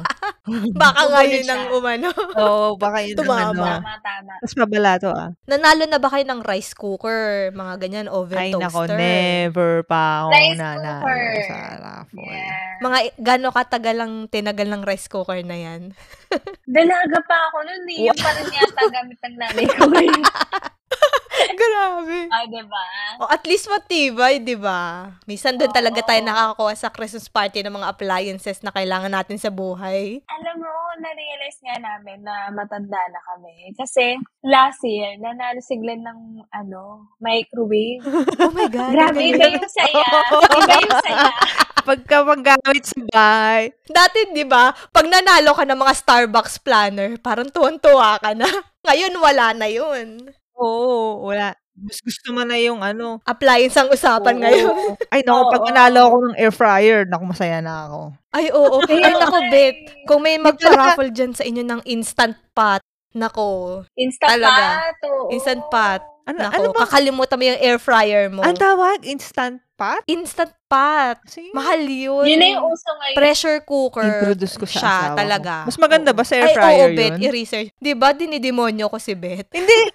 B: Baka nga
A: Bubunot
B: yun
A: siya.
B: ang umano.
C: Oo, baka yun ang ano.
B: Tumama.
A: Tama, tama.
C: Tapos pabalato ah.
B: Nanalo na ba kayo ng rice cooker? Mga ganyan, oven
C: Ay nako,
B: toaster.
C: never pa ako
A: Rice
C: nanalo
A: cooker.
C: sa raffle.
A: Yeah.
B: Mga gano'ng katagal ang tinagal ng rice cooker na yan?
A: Dalaga pa ako nun eh. Yung parang yata gamit ng nanay ko ngayon.
B: Grabe.
A: Ah, diba?
B: O at least matibay, di ba? Minsan doon talaga tayo nakakakuha sa Christmas party ng mga appliances na kailangan natin sa buhay.
A: Alam mo, na-realize nga namin na matanda na kami. Kasi last year, nanalo si Glenn ng ano, microwave.
B: Oh my God.
A: Grabe, Ano,
B: ang
A: iba
B: galing.
A: yung saya. Iba yung saya.
C: Pagka paggamit sa bahay.
B: Dati, di ba, pag nanalo ka ng mga Starbucks planner, parang tuwan-tuwa ka na. Ngayon, wala na yun.
C: Oo, wala. Mas gusto mo na yung ano.
B: Appliance ang usapan
C: Oo.
B: ngayon.
C: Ay nako, pag
A: Oo.
C: nanalo ako ng air fryer, nako masaya na ako.
B: Ay, oo. Ay, nako, Bet. Kung may magpa-raffle dyan sa inyo ng instant pot, nako,
A: Instant
B: Talaga.
A: pot. oo.
B: Instant pot.
C: Ano,
B: Nako,
C: ano ba?
B: kakalimutan mo yung air fryer mo.
C: Ang tawag? Instant pot?
B: Instant pot.
C: Sige.
B: Mahal yun.
A: Yun na yung uso ngayon.
B: Pressure cooker.
C: Introduce ko sa asawa ko.
B: talaga.
C: Mas maganda
B: Oo.
C: ba sa air fryer
B: Ay, oo, Bet.
C: yun?
B: I-research. Di ba, dinidemonyo ko si Bet?
C: Hindi.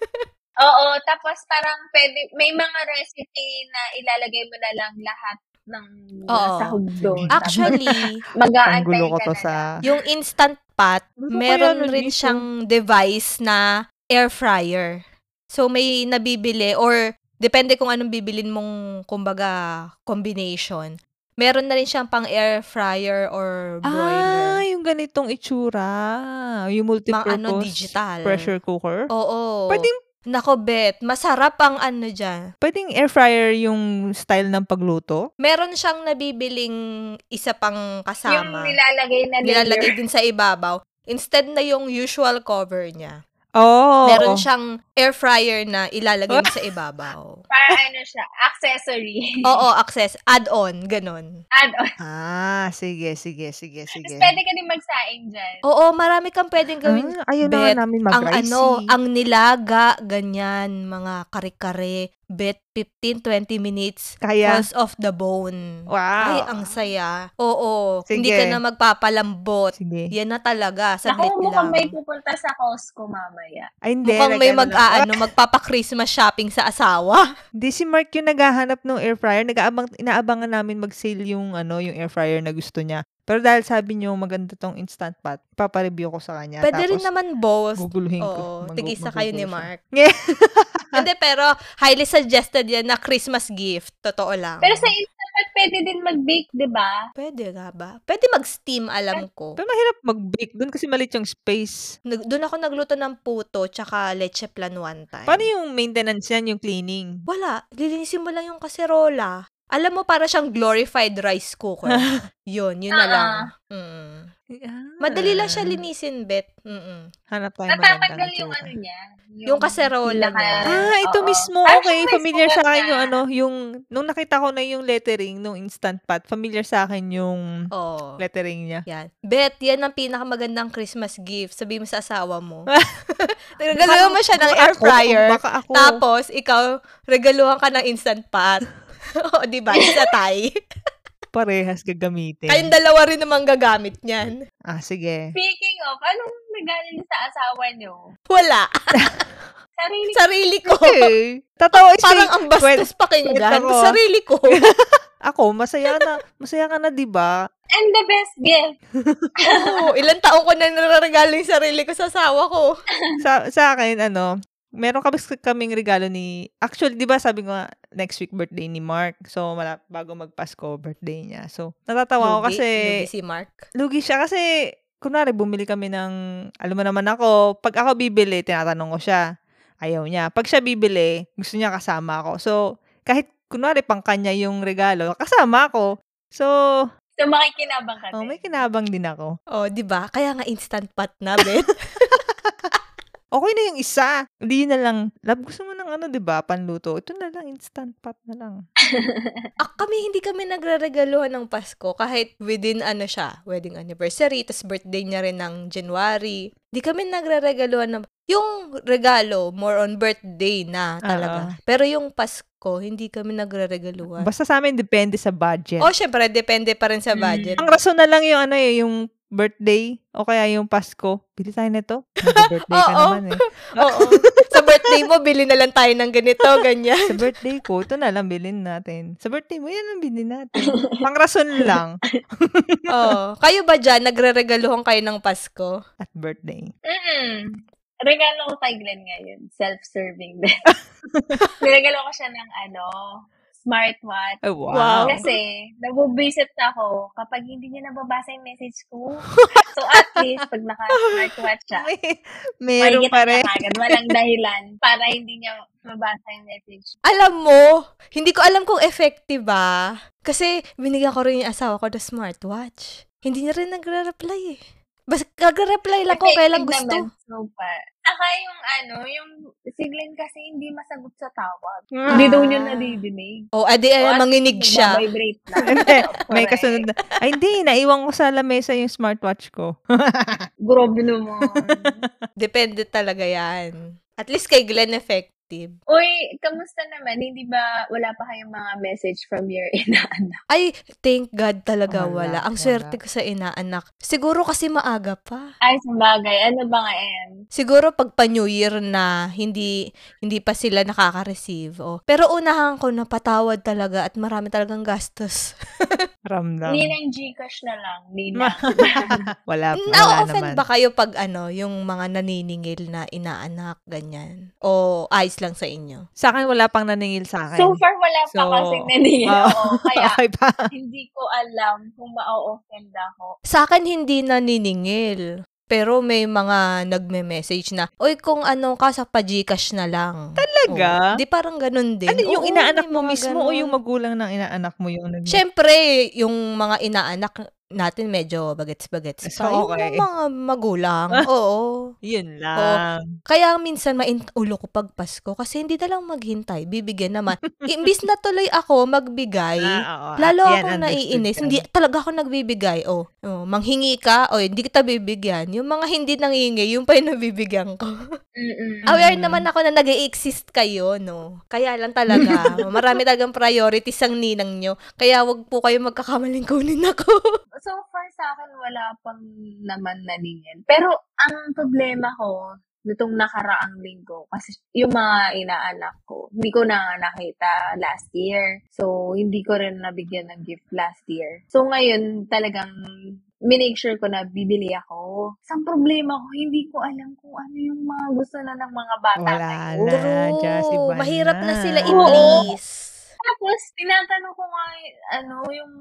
A: Oo, tapos parang pwede, may mga recipe na ilalagay mo na lang lahat ng
B: Oo. Mm. Ah,
A: sahog doon.
B: Actually,
A: Tapos mag-aantay
C: Ang gulo ko
A: ka
C: to
A: na
C: sa...
A: lang.
B: yung instant pot,
C: Ano ba kaya
B: meron
C: nun
B: rin
C: dito?
B: siyang device na air fryer. So, may nabibili or depende kung anong bibilin mong, kumbaga, combination. Meron na rin siyang pang air fryer or
C: Ah,
B: broiler.
C: yung ganitong itsura. Yung
B: Mga
C: multipurpose
B: ano, digital.
C: pressure cooker.
B: Oo.
C: Pwedeng,
B: Nako, Bet. Masarap ang ano dyan.
C: pwedeng air fryer yung style ng pagluto.
B: Meron siyang nabibiling isa pang
A: Yung
B: kasama.
A: nilalagay na layer.
B: nilalagay din sa ibabaw. Instead na yung usual cover niya.
C: Oo. oo.
B: meron siyang air fryer na ilalagay mo sa ibabaw.
A: Para ano siya, accessory.
B: Oo, access. Add-on. Ganon.
A: Add on.
C: Ah, sige, sige, sige, sige.
A: Tapos pwede ka din magsaing dyan.
B: Oo, marami kang pwedeng gawin.
C: Ah, ayaw na nga
B: Bet,
C: namin
B: ang
C: mag-ricey.
B: ano, ang nilaga, ganyan, mga kare-kare, bet 15-20 minutes,
C: Kaya.
B: Cause of the bone.
C: Wow.
B: Ay, ang saya. Oo,
C: Sige.
B: hindi ka na magpapalambot.
C: Sige.
B: Yan na talaga,
A: Naku,
B: saglit
A: mukhang
B: lang.
A: may pupunta sa Costco mamaya.
C: Ay, hindi.
B: Mukhang
C: nag-ano
B: may
C: na-
B: mag-aano, magpapa-Christmas shopping sa asawa.
C: Di si Mark yung naghahanap ng air fryer. Nag-aabang, inaabangan namin mag-sale yung, ano, yung air fryer na gusto niya. Pero dahil sabi niyo maganda tong instant pot, papareview ko sa kanya.
B: Pwede
C: Tapos,
B: rin naman both.
C: Guguluhin ko.
B: Oo,
C: Magu-
B: tigisa kayo ni
C: magugulo siya.
B: Mark. Hindi, pero highly suggested yan na Christmas gift. Totoo lang.
A: Pero sa instant Dapat pwede din mag-bake, di ba?
B: Pwede nga ba? Pwede mag-steam, alam ko.
C: Pero mahirap mag-bake doon kasi maliit yung space.
B: Nag- doon ako nagluto ng puto tsaka leche plan one time.
C: Paano yung maintenance yan, yung cleaning?
B: Wala. Lilinisin mo lang yung kaserola. Alam mo, para siyang glorified rice cooker. yun, yun na lang. Mm. Madali lang siya linisin, bet. Mm-mm.
C: Hanap tayo
A: Natatanggal
C: magandang
A: yung
C: itsura.
A: ano niya.
B: Yung kaserola
A: pinaka-
B: niya.
C: Ah, ito
A: Oo.
C: mismo.
A: Parang
C: Okay,
A: yung
C: familiar sa akin
A: Facebook
C: yung
A: na-
C: ano, yung, nung nakita ko na yung lettering, nung instant pot, familiar sa akin yung
B: Oo.
C: lettering niya.
B: Yan. Bet, yan ang pinakamagandang Christmas gift. Sabi mo sa asawa mo.
C: Parang
B: Nagagawa mo siya ng
C: kung
B: air
C: ako,
B: fryer.
C: kung Baka ako.
B: Tapos, ikaw, regaluhan ka ng instant pot. o, di ba? Isa tayo.
C: parehas gagamitin.
B: Kayong dalawa rin naman gagamit niyan.
C: Ah, sige.
A: Speaking of, anong nagaling sa asawa niyo?
B: Wala.
A: Sarili
B: Sarili ko.
C: Okay. Tatawa is
B: Parang ang bastos pakinggan.
C: kwento ko.
B: Sarili ko.
C: Ako, masaya na. Masaya ka na, di ba?
A: And the best gift.
B: Oo, ilang taon ko na nararegalo yung sarili ko sa asawa ko.
C: Sa, sa akin, ano, meron kami kaming regalo ni... Actually, di ba sabi ko nga, next week birthday ni Mark. So, mala, bago magpasko, birthday niya. So, natatawa ko
B: Lugi,
C: kasi...
B: lugi si Mark.
C: Lugi siya kasi, kunwari, bumili kami ng, alam mo naman ako, pag ako bibili, tinatanong ko siya. Ayaw niya. Pag siya bibili, gusto niya kasama ako. So, kahit kunwari pang kanya yung regalo, kasama ako. So,
A: So, makikinabang ka
C: oh,
A: din.
C: may kinabang din ako.
B: Oh, di ba? Kaya nga instant pot na, Ben.
C: Okay na yung isa. Hindi na lang, love, gusto mo ng ano, di ba, panluto. Ito na lang, instant pot na lang.
B: Ah, kami, hindi kami nagre-regaluhan ng Pasko kahit within ano siya, wedding anniversary, tas birthday niya rin ng January. Hindi kami nagre-regaluhan ng... Yung regalo, more on birthday na talaga. Pero yung Pasko, hindi kami nagre-regaluhan.
C: Basta sa amin, depende sa budget.
B: Oh, syempre, depende pa rin sa
C: Hmm.
A: Mm.
B: budget.
C: Ang rason na lang yung ano eh, yung birthday o kaya yung Pasko. Bili tayo nito. Mag-birthday ka
B: Oo.
C: naman eh.
B: Oo. sa birthday mo, bili na lang tayo ng ganito, ganyan.
C: sa birthday ko, ito na lang bilhin natin. Sa birthday mo, yan ang bilhin natin. Pangrason lang
B: Oo. Kayo ba dyan, nagre-regaluhan kayo ng Pasko?
C: at birthday.
A: Mm-mm. Regalo ko kay Glenn ngayon. Self-serving din. Niregalo ko siya ng ano, smartwatch.
C: Oh,
B: Wow.
A: Kasi, nabubisit ako kapag hindi niya nababasa yung message ko. So, at least, pag naka-smartwatch siya,
C: May, meron
A: makikita
C: pa
A: niya
C: rin.
A: kagad, walang dahilan para hindi niya mabasa yung message.
B: Alam mo, hindi ko alam kung effective ba. Kasi binigyan ko rin yung asawa ko na smartwatch. Hindi niya rin nagre-reply eh. Basta nagre-reply lang ko
A: Effective
B: kailang gusto.
A: naman, so far. Saka yung ano, yung si Glenn kasi hindi masagot sa tawag.
C: Ah. Eh,
A: Hindi daw niya nadidinig.
B: O, adi
A: O,
B: ay,
A: at
B: Oh, eh, manginig
A: least,
B: siya.
A: nagbabibrate lang.
C: Hindi, May
A: Correct.
C: kasunod na. Ay, hindi. Naiwan ko sa lamesa yung smartwatch ko.
A: Grobe naman.
B: Depende talaga yan. At least kay Glenn effective.
A: Uy, kamusta naman? Hindi ba wala pa kayong mga message from your inaanak?
B: Ay, thank God talaga
C: Wala,
B: wala. Ang
C: wala.
B: swerte ko sa inaanak. Siguro kasi maaga pa.
A: Ay, sabagay. Ano ba nga yan?
B: Siguro pag pa New Year na hindi hindi pa sila nakaka-receive. Oh. Pero unahan ko napatawad talaga at marami talagang gastos.
C: Ramdam.
A: Ninang Gcash na lang. Ninang.
C: wala, wala naman.
B: Mm, Na-offend ba kayo pag ano, yung mga naniningil na inaanak, ganyan? O ayos lang sa inyo?
C: Sa akin, wala pang naningil sa akin.
A: so far, wala pa
C: So,
A: kasi naniyo.
C: wow.
A: kaya
C: okay pa.
A: hindi ko alam kung ma-offend ako.
B: Sa akin, hindi naniningil. Pero may mga nagme-message na, Uy, kung ano ka, sa pajikash na lang.
C: Talaga?
B: Oo. Di parang ganun din.
C: Ano, yung
B: Oo,
C: inaanak
B: may
C: mo
B: mga
C: mismo o
B: ganun.
C: yung magulang ng inaanak mo yung nag-
B: Siyempre, yung mga inaanak natin medyo bagets-bagets pa.
C: So, okay.
B: Yung mga magulang. oo.
C: Yun lang.
B: Kaya minsan maint ulo ko pag Pasko kasi hindi na lang maghintay, bibigyan naman. Imbis na tuloy ako magbigay,
C: Ah, oo.
B: lalo
C: Yan,
B: akong
C: understood
B: naiinis.
C: yan.
B: Hindi talaga ako nagbibigay. Oh, oh, manghingi ka, o hindi kita bibigyan. Yung mga hindi nangingi, yung pa yung nabibigyan ko.
C: Mm.
A: Mm-mm.
B: Aware naman ako na nag exist kayo, no? Kaya lang talaga, marami talagang priorities ang ninang nyo. Kaya wag po kayo magkakamaling kunin ako.
A: So far sa akin, wala pang naman naningil. Pero ang problema ko, nitong nakaraang linggo, kasi yung mga inaanak ko, hindi ko na nakita last year. So, hindi ko rin nabigyan ng gift last year. So, ngayon talagang minake sure ko na bibili ako. Isang problema ko, hindi ko alam kung ano yung mga gusto na ng mga bata
C: Wala
A: ngayon.
C: na.
B: True.
C: Jazzy, iba
B: Mahirap na,
C: na.
B: sila
A: Oo.
B: i-please.
A: Tapos, tinatanong ko nga, ano, yung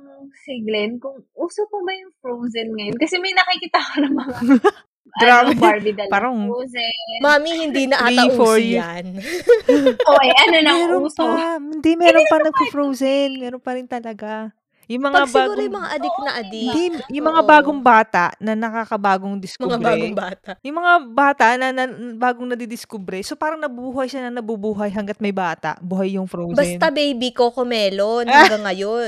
A: si Glenn, kung uso pa ba yung Frozen ngayon? Kasi may nakikita ko ng mga, ano,
C: Grabe.
A: Barbie dala.
C: Parang-
A: Frozen.
B: Mami, hindi na ata
C: Three, four
B: uso
C: years.
B: yan.
A: O, eh, ano na
C: meron
A: uso?
C: pa. Hindi, meron pa nagpo-frozen. Meron pa rin talaga. Yung mga
B: Pag siguro
C: bagong...
B: yung mga adik na adik.
C: Hindi, yung mga
B: Oo.
C: bagong bata na nakakabagong
B: Mga
C: diskubre.
B: bagong bata.
C: Yung mga bata na, na bagong nadidiskubre. So parang nabubuhay siya na nabubuhay hanggat may bata. Buhay yung frozen.
B: Basta baby Coco Melon
C: Ah.
B: hanggang ngayon.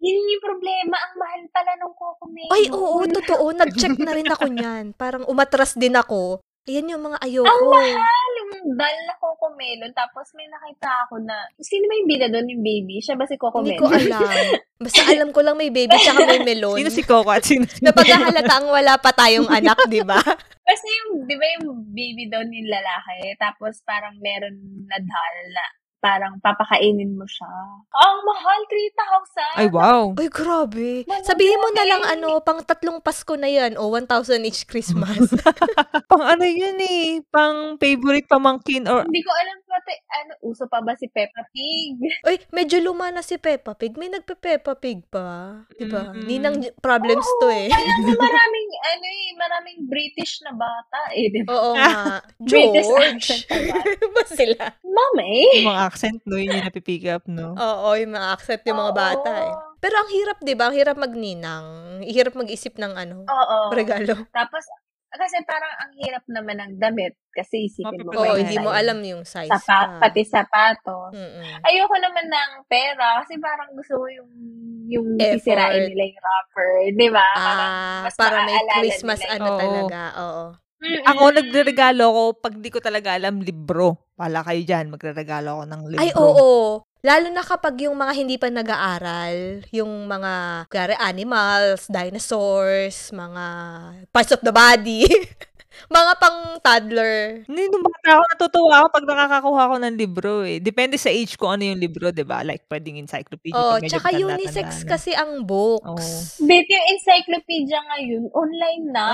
A: Yun yung problema. Ang mahal pala nung Coco Melon.
B: Ay, oo, totoo. Nag-check na rin ako niyan. Parang umatras din ako. Ayan yung mga
A: Ang
B: ayoko.
A: mahal yung dal na Coco Melon. Tapos may nakita ako na, sino ba yung bida doon yung baby? Siya ba si Coco
B: Hindi ko
A: Melon?
B: alam. Basta alam ko lang may baby tsaka may melon.
C: Sino si Coco at sino si
B: Diba? Napaghahalata ang wala pa tayong anak, di ba?
A: Kasi yung, di ba yung baby daw ni lalaki, tapos parang meron na dal na parang papakainin mo siya. Ang mahal, 3,000!
C: Ay, wow.
B: Uy, grabe.
A: Malaki.
B: Sabihin mo na lang ano, pang tatlong Pasko na yan o 1,000 each Christmas.
C: Pang ano yun eh. Pang favorite pamangkin or
A: Hindi ko alam pati, ano, uso pa ba si Peppa Pig?
B: Uy, medyo luma na si Peppa Pig. May nagpe-Peppa Pig pa. Di ba?
C: Mm-mm.
B: Ninang problems to eh.
A: Alam mo, maraming, ano eh, maraming British na bata eh, di ba?
B: Oo nga.
A: British
B: George.
A: accent pa ba? eh!
B: ba sila?
A: Mami!
C: yung mga accent no, yun yung napipick up, no?
B: Oo, yung mga accent ng mga
A: Oo.
B: bata eh. Pero ang hirap, di ba? Ang hirap magninang. Ang Hirap mag-isip ng ano,
A: Oo.
B: regalo.
A: Tapos, kasi parang ang hirap naman ng damit kasi isipin mo.
C: Mapipili
A: may
B: Oo,
C: Regalo.
B: hindi mo
A: design.
B: alam yung size
A: Sapa,
B: pa.
A: pati sapato.
B: Mm-mm.
A: Ayoko naman ng pera kasi parang gusto ko yung yung
B: Effort.
A: sisirain nila yung wrapper, di ba? Parang
B: Ah,
A: mas
B: para may
A: maaalala
B: Christmas
A: nila
B: ano
C: Oo.
B: talaga. Oo.
A: Mm-mm.
C: Ako, nagre-regalo ko pag di ko talaga alam, libro. Pala kayo dyan, magre-regalo ako ng libro.
B: Ay, oo. Lalo na kapag yung mga hindi pa nag-aaral, yung mga, kare animals, dinosaurs, mga parts of the body, mga pang toddler.
C: Hindi, nung bata ako, natutuwa ako pag nakakakuha ko ng libro eh. Depende sa age ko ano yung libro, di ba? Like, pwedeng encyclopedia.
B: Oh,
C: pag medyo
B: tsaka
C: tanda-tanda
B: unisex
C: na.
B: kasi ang books.
A: Bit yung encyclopedia ngayon, online na.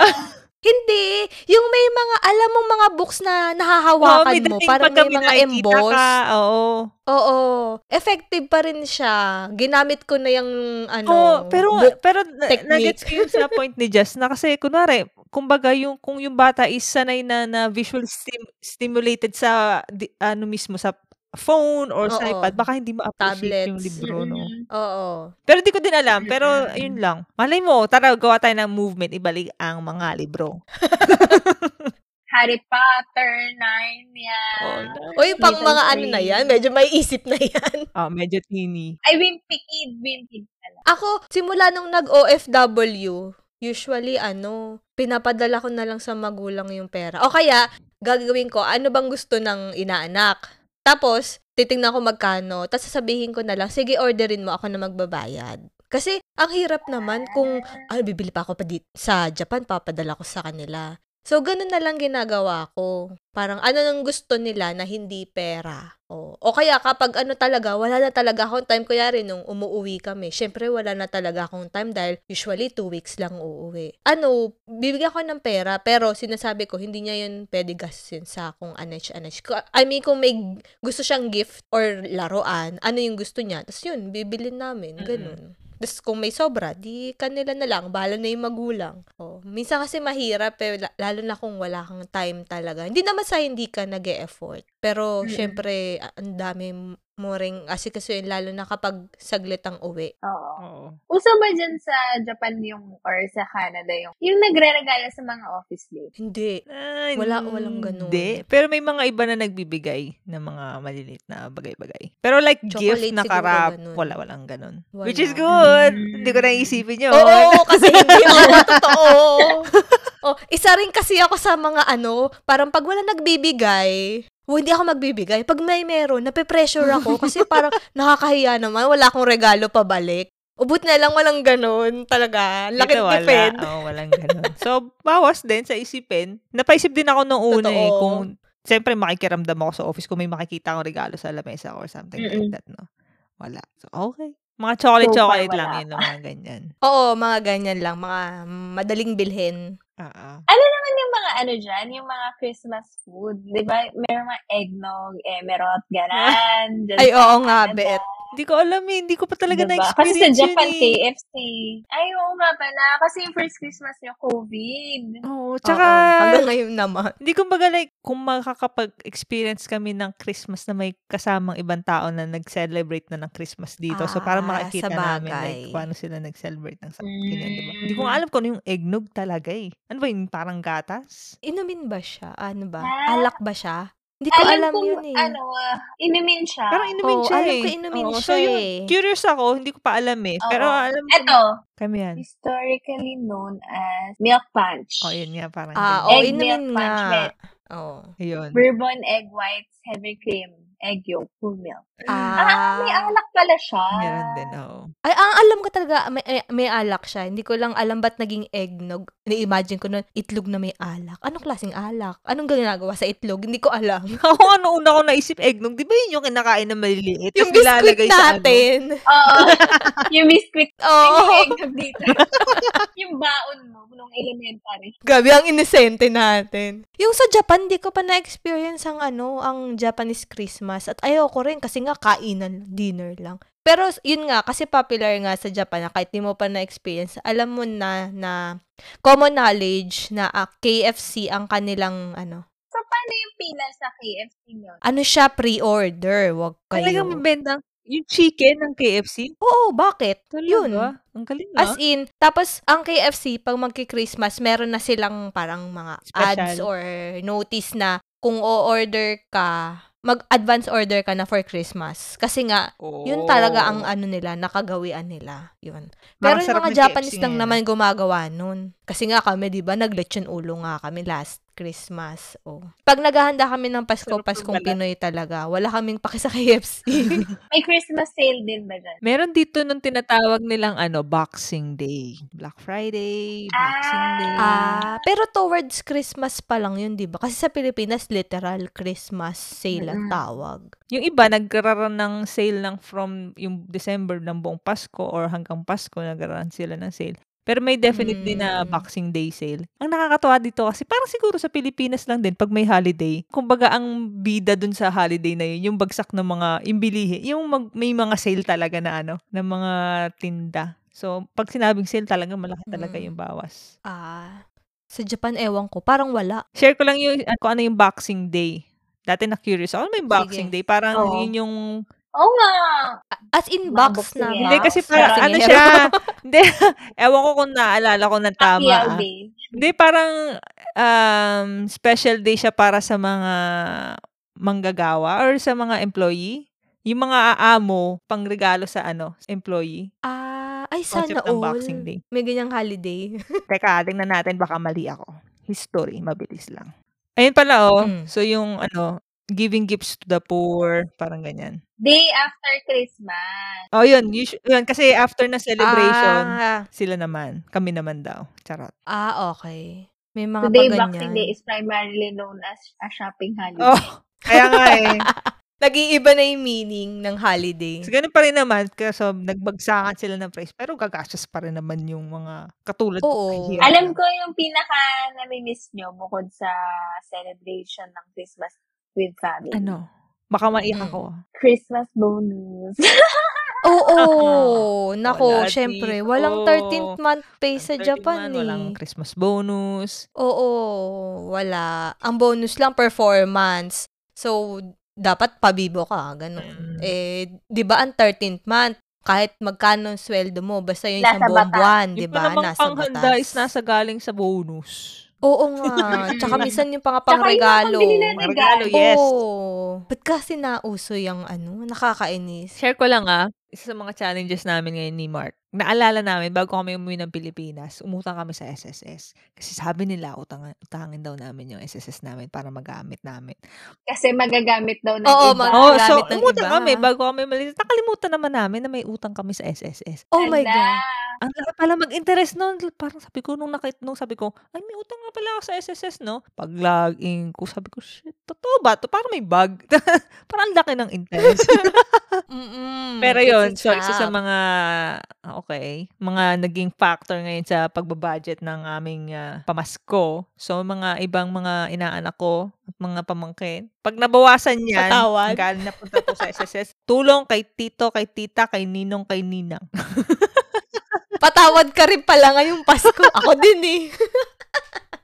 B: Hindi, yung may mga, alam mo mga books na
C: Oo,
B: nahahawakan
C: may
B: mo,
C: dating
B: parang
C: pagka
B: may mga
C: nakikita
B: emboss.
C: Ka, oo.
B: Oo, effective pa rin siya. Ginamit ko na yung, ano,
C: Oo, Oh, pero,
B: book.
C: pero na-
B: technique.
C: nagets ko yun sa point ni Jess na kasi, kunwari, kumbaga yung, kung yung bata is sanay na, na visual stim- stimulated sa, di- ano mismo, sa phone or sa
B: Oo.
C: iPad, baka hindi ma-appreciate yung
B: Tablets.
C: libro, no?
A: Mm-mm.
B: Oo.
C: Pero di ko din alam. Pero
A: Mm-mm.
C: yun lang. Malay mo, tara, gawa tayo ng movement. Ibalik ang mga libro.
A: Harry Potter, Narnia.
C: Oh,
B: Uy, pang mga ano na yan, medyo may isip na yan.
C: Ah, medyo teeny.
A: Ay, Wimpy Kid, Wimpy Kid pala.
B: Ako, simula nung nag-OFW, usually ano, pinapadala ko na lang sa magulang yung pera. O kaya, gagawin ko, ano bang gusto ng inaanak? Tapos, titingnan ko magkano, tapos sasabihin ko na lang, sige, orderin mo, ako na magbabayad. Kasi, ang hirap naman kung, ay, bibili pa ako pa dit- sa Japan, papadala ko sa kanila. So, ganun na lang ginagawa ko. Parang ano nang gusto nila na hindi pera. O, o kaya kapag ano talaga, wala na talaga akong time. Kuyari nung umuwi kami, syempre wala na talaga akong time dahil usually two weeks lang uuwi. Ano, bibigyan ko ng pera pero sinasabi ko hindi niya yun pwede gastusin sa kung anech-anech. Ku- I mean, kung may g- gusto siyang gift or laruan, ano yung gusto niya, tapos yun, bibili namin. Ganun. Tapos kung may sobra, di kanila na lang. Bahala na yung magulang. Oh, minsan kasi mahirap, eh, la- lalo na kung wala kang time talaga. Hindi naman sa hindi ka nag effort Pero,
A: Mm-mm.
B: syempre, a- ang dami mo ring asikasuin, lalo na kapag saglit ang uwi.
A: Oo.
C: Oo.
A: Uso ba dyan sa Japan yung, or sa Canada yung, yung nagre-regalo sa mga office mates?
B: Hindi.
C: Ay, hmm.
B: Wala- walang ganun.
C: Hindi. Pero may mga iba na nagbibigay ng mga maliliit na bagay-bagay. Pero like
B: Chocolate
C: gift na
B: siguro,
C: karap,
B: ganun.
C: wala, walang ganun.
B: Wala.
C: Which is good.
A: Mm.
C: Hindi ko naisipin yun.
B: Oo, kasi hindi ako totoo. Oh, isa rin kasi ako sa mga ano, parang pag wala nagbibigay, oh, hindi ako magbibigay. Pag may meron, nape-pressure ako kasi parang nakakahiya naman, wala akong regalo pabalik. Ubut na lang walang ganun talaga. Laki
C: Dito
B: ng
C: wala.
B: depend.
C: Oo, walang ganun. so, bawas din sa isipin. Napaisip din ako nung una eh,
B: Totoo.
C: kung Siyempre, makikiramdam ako sa office kung may makikita akong regalo sa lamesa or something
A: Mm-mm.
C: like that, no? Wala. So, okay. Mga chocolate-chocolate
A: So far,
C: lang yun,
A: wala
C: yung mga ganyan.
B: Oo, mga ganyan lang, mga madaling bilhin.
C: Ah, ah.
A: naman yung mga ano dyan, yung mga Christmas food, di ba? Meron mga eggnog, emerald, ganan. dyan
B: Ay,
A: sa
B: oo nga,
A: Canada.
B: bet.
C: Hindi ko alam eh. Hindi ko pa talaga
A: Diba? Kasi
C: na-experience
A: sa
C: yun
A: Japan,
C: eh.
A: KFC. Ay, oo nga pala. Kasi yung first Christmas nyo, COVID.
C: Oo,
B: Tsaka,
C: tsaka...
B: hanggang ngayon naman.
C: Hindi kumbaga like, kung makakapag-experience kami ng Christmas na may kasamang ibang tao na nag-celebrate na ng Christmas dito. so, para
B: Ah,
C: makakita
B: sa
C: namin
B: bagay.
C: like, paano sila nag-celebrate ng sa
A: Mm.
C: ganyan, diba? Hindi ko nga alam kung ano yung eggnog talaga eh. Ano ba yung parang gatas?
B: Inumin ba siya? Ano ba?
A: Ah.
B: Alak ba siya? Hindi ko alam
A: kong,
B: yun eh.
A: ano, ah, inumin siya.
C: Parang inumin
B: Ah, Oo,
C: siya
B: alam
C: eh.
B: ko inumin
C: Oo, so
B: siya
C: yun,
B: eh.
C: Curious ako, hindi ko pa alam eh.
A: Oo.
C: Pero alam ko,
A: Ito,
C: kami yan.
A: historically known as milk punch.
C: O, yun nga, parang ganyan.
B: Ah, oo,
A: Egg
B: inumin
A: milk punch
B: nga.
A: with
B: Oo.
C: Yun.
A: bourbon, egg whites, heavy cream, egg yolk, full milk.
B: Ah,
A: May alak pala siya.
C: Meron din, oo.
B: Ay, ang alam ko talaga, may, eh, may alak siya. Hindi ko lang alam ba't naging eggnog. Na-imagine ko nun, itlog na may alak. Anong klaseng alak? Anong ginagawa sa itlog? Hindi ko alam.
C: Ako ano una ko naisip eggnog, di ba yun yung kinakain na maliliit?
B: Yung
C: tas nilalagay
B: biscuit
C: sa ano?
B: natin.
A: Oo. yung biscuit.
B: Oo.
A: Yung egg yolk dito. yung baon mo, nung elementary.
B: Grabe, ang inosente natin. Yung sa Japan, di ko pa na-experience ang ano, ang Japanese Christmas. At ayoko rin kasi nga kainan, dinner lang. Pero yun nga, kasi popular nga sa Japan na kahit di mo pa na-experience, alam mo na na common knowledge na ah, KFC ang kanilang ano,
A: So, paano yung pila sa KFC nyo?
B: ano siya pre-order, wag kayo.
C: Talagang mabenta. Yung chicken ng KFC?
B: Oo, bakit? Yun.
C: Talaga? Ang galing
B: As
C: ah.
B: in, tapos ang KFC, pag magki-Christmas, meron na silang parang mga
C: Special.
B: ads or notice na kung o-order ka, mag-advance order ka na for Christmas. Kasi nga,
C: Oh.
B: yun talaga ang ano nila, nakagawian nila. Yun.
C: Parang
B: Pero yung
C: sarap
B: mga
C: ng KFC
B: Japanese lang
C: ngayon,
B: naman gumagawa nun. Kasi nga kami, di ba, naglechon ulo nga kami last Christmas. Oh. Pag naghahanda kami ng Pasko,
C: Sarap ng
B: Paskong
C: balat.
B: Pinoy talaga. Wala kaming paki sa KFC.
A: May Christmas sale din ba dyan?
C: Meron dito nung tinatawag nilang ano, Boxing Day. Black Friday, Boxing
A: Ah.
C: Day.
B: Ah, pero towards Christmas pa lang yun, 'di ba? Kasi sa Pilipinas literal Christmas sale ang
A: Mm-mm.
B: tawag.
C: Yung iba, nagkaroon ng sale ng from yung December ng buong Pasko or hanggang Pasko, nagkaroon sila ng sale. Pero may definitely na
B: Mm.
C: Boxing Day sale. Ang nakakatawa dito kasi parang siguro sa Pilipinas lang din pag may holiday. Kumbaga ang bida dun sa holiday na yun, yung bagsak ng mga imbilihi, yung mag- may mga sale talaga na ano, ng mga tinda. So, pag sinabing sale talaga, malaki talaga
B: Mm.
C: yung bawas.
B: Ah, sa Japan ewan ko, parang wala.
C: Share ko lang yung, kung ano yung Boxing Day. Dati na-curious ako, ano may Boxing
B: Sige.
C: Day? Parang
A: Oo.
C: yun yung
A: Oo nga.
B: As in
A: Mga boxing
B: box na.
A: eh.
C: Hindi
A: Ah,
C: kasi
A: okay.
C: para
A: Parang
C: ano siya. Hindi ewan ko kung naalala ko ng tama.
A: Happy
C: ah.
A: day.
C: Hindi parang um, special day siya para sa mga manggagawa or sa mga employee. Yung mga aamo, pangregalo sa ano, employee.
B: Ah, ay sana
C: Concept ng Boxing
B: all.
C: Day.
B: May ganyang holiday.
C: Teka, tingnan natin baka mali ako. History, mabilis lang. Ayun pala oh.
B: Mm.
C: So yung ano, giving gifts to the poor, parang ganyan.
A: Day after Christmas.
C: Oh, yun, usu- yun kasi after na celebration,
B: Ah,
C: sila naman, kami naman daw. Charot.
B: ah okay. May mga
A: Today,
B: pa
A: Boxing
B: ganyan.
A: Day is primarily known as a shopping holiday.
C: Oh, kaya nga eh.
B: Nag-iiba na yung meaning ng holiday.
C: So, ganun pa rin naman. Kaso, nagbagsakan sila ng price. Pero gagastos pa rin naman yung mga katulad
B: Oo.
C: kahirap.
A: Alam ko yung pinaka namimiss nyo bukod sa celebration ng Christmas with family.
C: Ano? Baka maiyak
B: Mm.
C: ako.
A: Christmas bonus.
B: Oo. Nako,
C: Wala
B: syempre.
C: dito.
B: Walang 13th month pay sa
C: 13
B: Japan
C: man, Walang
B: eh.
C: Christmas bonus.
B: Oo, wala. Ang bonus lang performance. So, dapat pabibo ka, ganun.
C: Mm.
B: Eh, 'di ba ang 13th month, kahit magkano ang sweldo mo, basta yung isang
A: Nasa
B: buong
A: batas.
B: buwan, 'di
C: Yung pa
B: ba?
C: namang
B: Nasa
C: panghanda
B: batas.
C: is nasa galing sa bonus.
B: Oo nga. Tsaka minsan yung pang
A: Tsaka yung mga
B: pangregalo.
A: pambili na
C: Mga
A: regalo.
C: regalo, yes.
B: Oo. Ba't kasi nauso yung ano, nakakainis.
C: Share ko lang ah, isa sa mga challenges namin ngayon ni Mark. Naalala namin, bago kami umuwi ng Pilipinas, umutang kami sa SSS. Kasi sabi nila, utang, utangin daw namin yung SSS namin para magamit namin.
A: Kasi magagamit daw ng
B: Oo,
A: iba.
B: mag-
C: Oh, so
B: Gamit ng
C: umutang
B: iba.
C: kami bago kami malis. Nakalimutan naman namin na may utang kami sa SSS.
B: Oh my
A: Ala.
B: God.
C: Ang laki pala mag-interest noon. Parang sabi ko, nung nakit, nung sabi ko, ay, may utang nga pala ako sa SSS, no? Pag login ko, sabi ko, shit, totoo ba? To? Parang may bug. parang ang laki ng interest.
A: Mm,
B: Mm-mm.
C: Pero
B: It's a
C: yun, so isa sa
B: trap.
C: mga, ah, okay, mga naging factor ngayon sa pagbabudget ng aming ah, pamasko. So, mga ibang mga inaanak ko, at mga pamangkin. Pag nabawasan yan,
B: Patawad.
C: galing na punta to sa SSS. Tulong kay tito, kay tita, kay ninong, kay ninang.
B: Patawad ka rin pala ngayong Pasko. Ako din eh.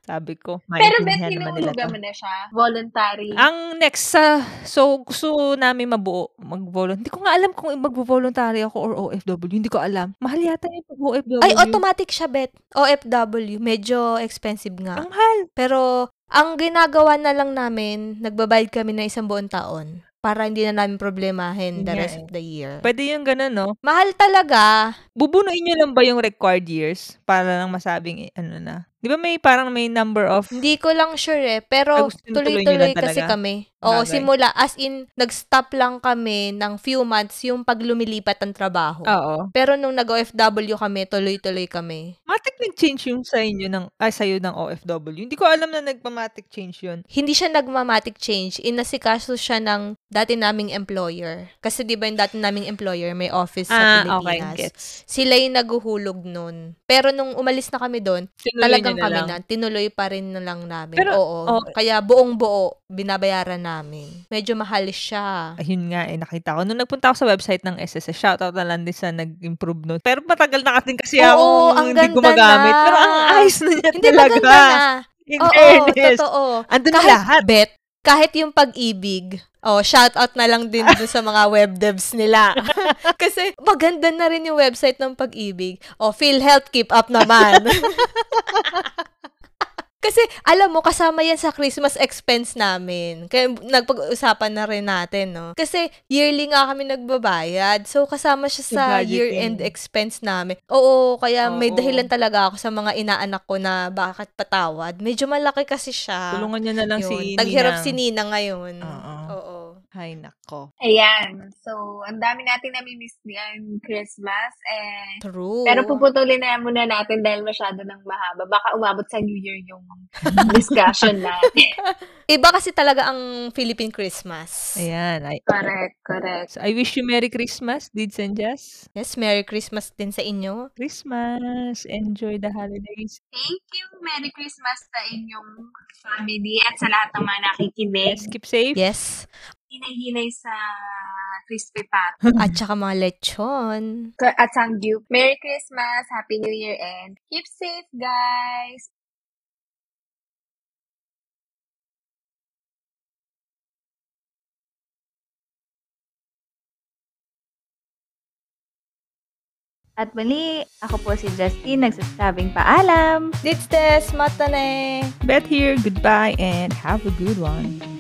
C: Sabi ko.
A: Pero
C: maintindihan
A: bet,
C: naman nila
A: hinuhulugan
C: to.
A: mo na siya. Voluntary.
C: Ang next sa so gusto namin mabuo mag-volunteer. Hindi ko nga alam kung magbo-voluntary ako or OFW. Hindi ko alam. Mahal yata yung pag OFW.
B: Ay, automatic siya, bet. OFW. Medyo expensive nga.
C: Ang mahal.
B: Pero, ang ginagawa na lang namin, nagbabayad kami ng isang buong taon para hindi na namin problemahin the
C: Yun nga
B: rest of the year.
C: Pwede yung ganun, no?
B: Mahal talaga.
C: Bubunuin nyo lang ba yung required years para lang masabing eh, ano na? Di ba may parang may number of
B: Hindi ko lang sure
C: Ah,
B: eh. Pero
C: gusto nyo tuloy nyo
B: tuloy-tuloy
C: lang
B: kasi
C: talaga?
B: kami. Oo,
C: Bagay.
B: simula. As in, nag-stop lang kami ng few months yung pag lumilipat ang trabaho.
C: Oo.
B: Pero nung nag-OFW kami, tuloy-tuloy kami.
C: Matic nag-change yung sa inyo ng, ay, sa'yo ng OFW. Hindi ko alam na nagpamatic change yun.
B: Hindi siya nagmamatic change. Inasikaso siya ng dati naming employer. Kasi di ba yung dati naming employer may office sa Pilipinas.
C: Ah, Gets.
B: Sila yung naguhulog nun. Pero nung umalis na kami doon, talagang kami na, tinuloy pa rin na lang namin.
C: Pero,
B: Oo.
C: oh.
B: Kaya buong buo, binabayaran namin. Medyo mahal siya.
C: Ayun nga, eh, nakita ko. Nung nagpunta ako sa website ng SSS, shoutout na lang din sa nag-improve nun. Pero matagal na kasi kasi
B: Oo,
C: akong
B: ang
C: hindi
B: ganda
C: gumagamit.
B: na.
C: Pero ang ayos na niya
B: Hindi
C: talaga.
B: maganda na.
C: In
B: Oo,
C: fairness.
B: totoo.
C: Andun na
B: Kahit
C: lahat.
B: bet, kahit yung pag-ibig. Oh, shout out na lang din dun sa mga web devs nila. Kasi maganda na rin yung website ng pag-ibig. Oh, PhilHealth keep up naman. Kasi alam mo kasama yan sa Christmas expense namin. Kaya nagpag-usapan na rin natin, no. Kasi yearly nga kami nagbabayad. So kasama siya sa
C: Sa budgeting.
B: year-end expense namin. Oo, kaya may
C: Oo.
B: dahilan talaga ako sa mga inaanak ko na bakit patawad. Medyo malaki kasi siya.
C: Tulungan niya na lang si
B: Yun.
C: Ninang. Ah.
B: Taghirap si Nina ngayon.
C: Oo.
B: Oo.
C: Ay, nako.
A: Ayan. So, ang dami natin namimiss niyan Christmas. Eh,
B: True.
A: pero puputulin na muna natin dahil masyado ng mahaba. Baka umabot sa New Year yung discussion natin.
B: Iba kasi talaga ang Philippine Christmas.
C: Ayan. Ay,
A: correct, correct.
C: so, I wish you Merry Christmas, Deeds and Jazz.
B: Yes, Merry Christmas din sa inyo.
C: Christmas. Enjoy the holidays.
A: Thank you. Merry Christmas sa inyong family at sa lahat ng mga nakikinig.
C: Yes, keep safe.
B: Yes.
A: Hinay-hinay sa crispy pat
B: At saka mga lechon.
A: at sanggup. Merry Christmas, Happy New Year, and keep safe, guys!
D: At muli, ako po si Justine, nagsasabing paalam!
B: Ditstes, matane!
C: Bet here. Goodbye and have a good one.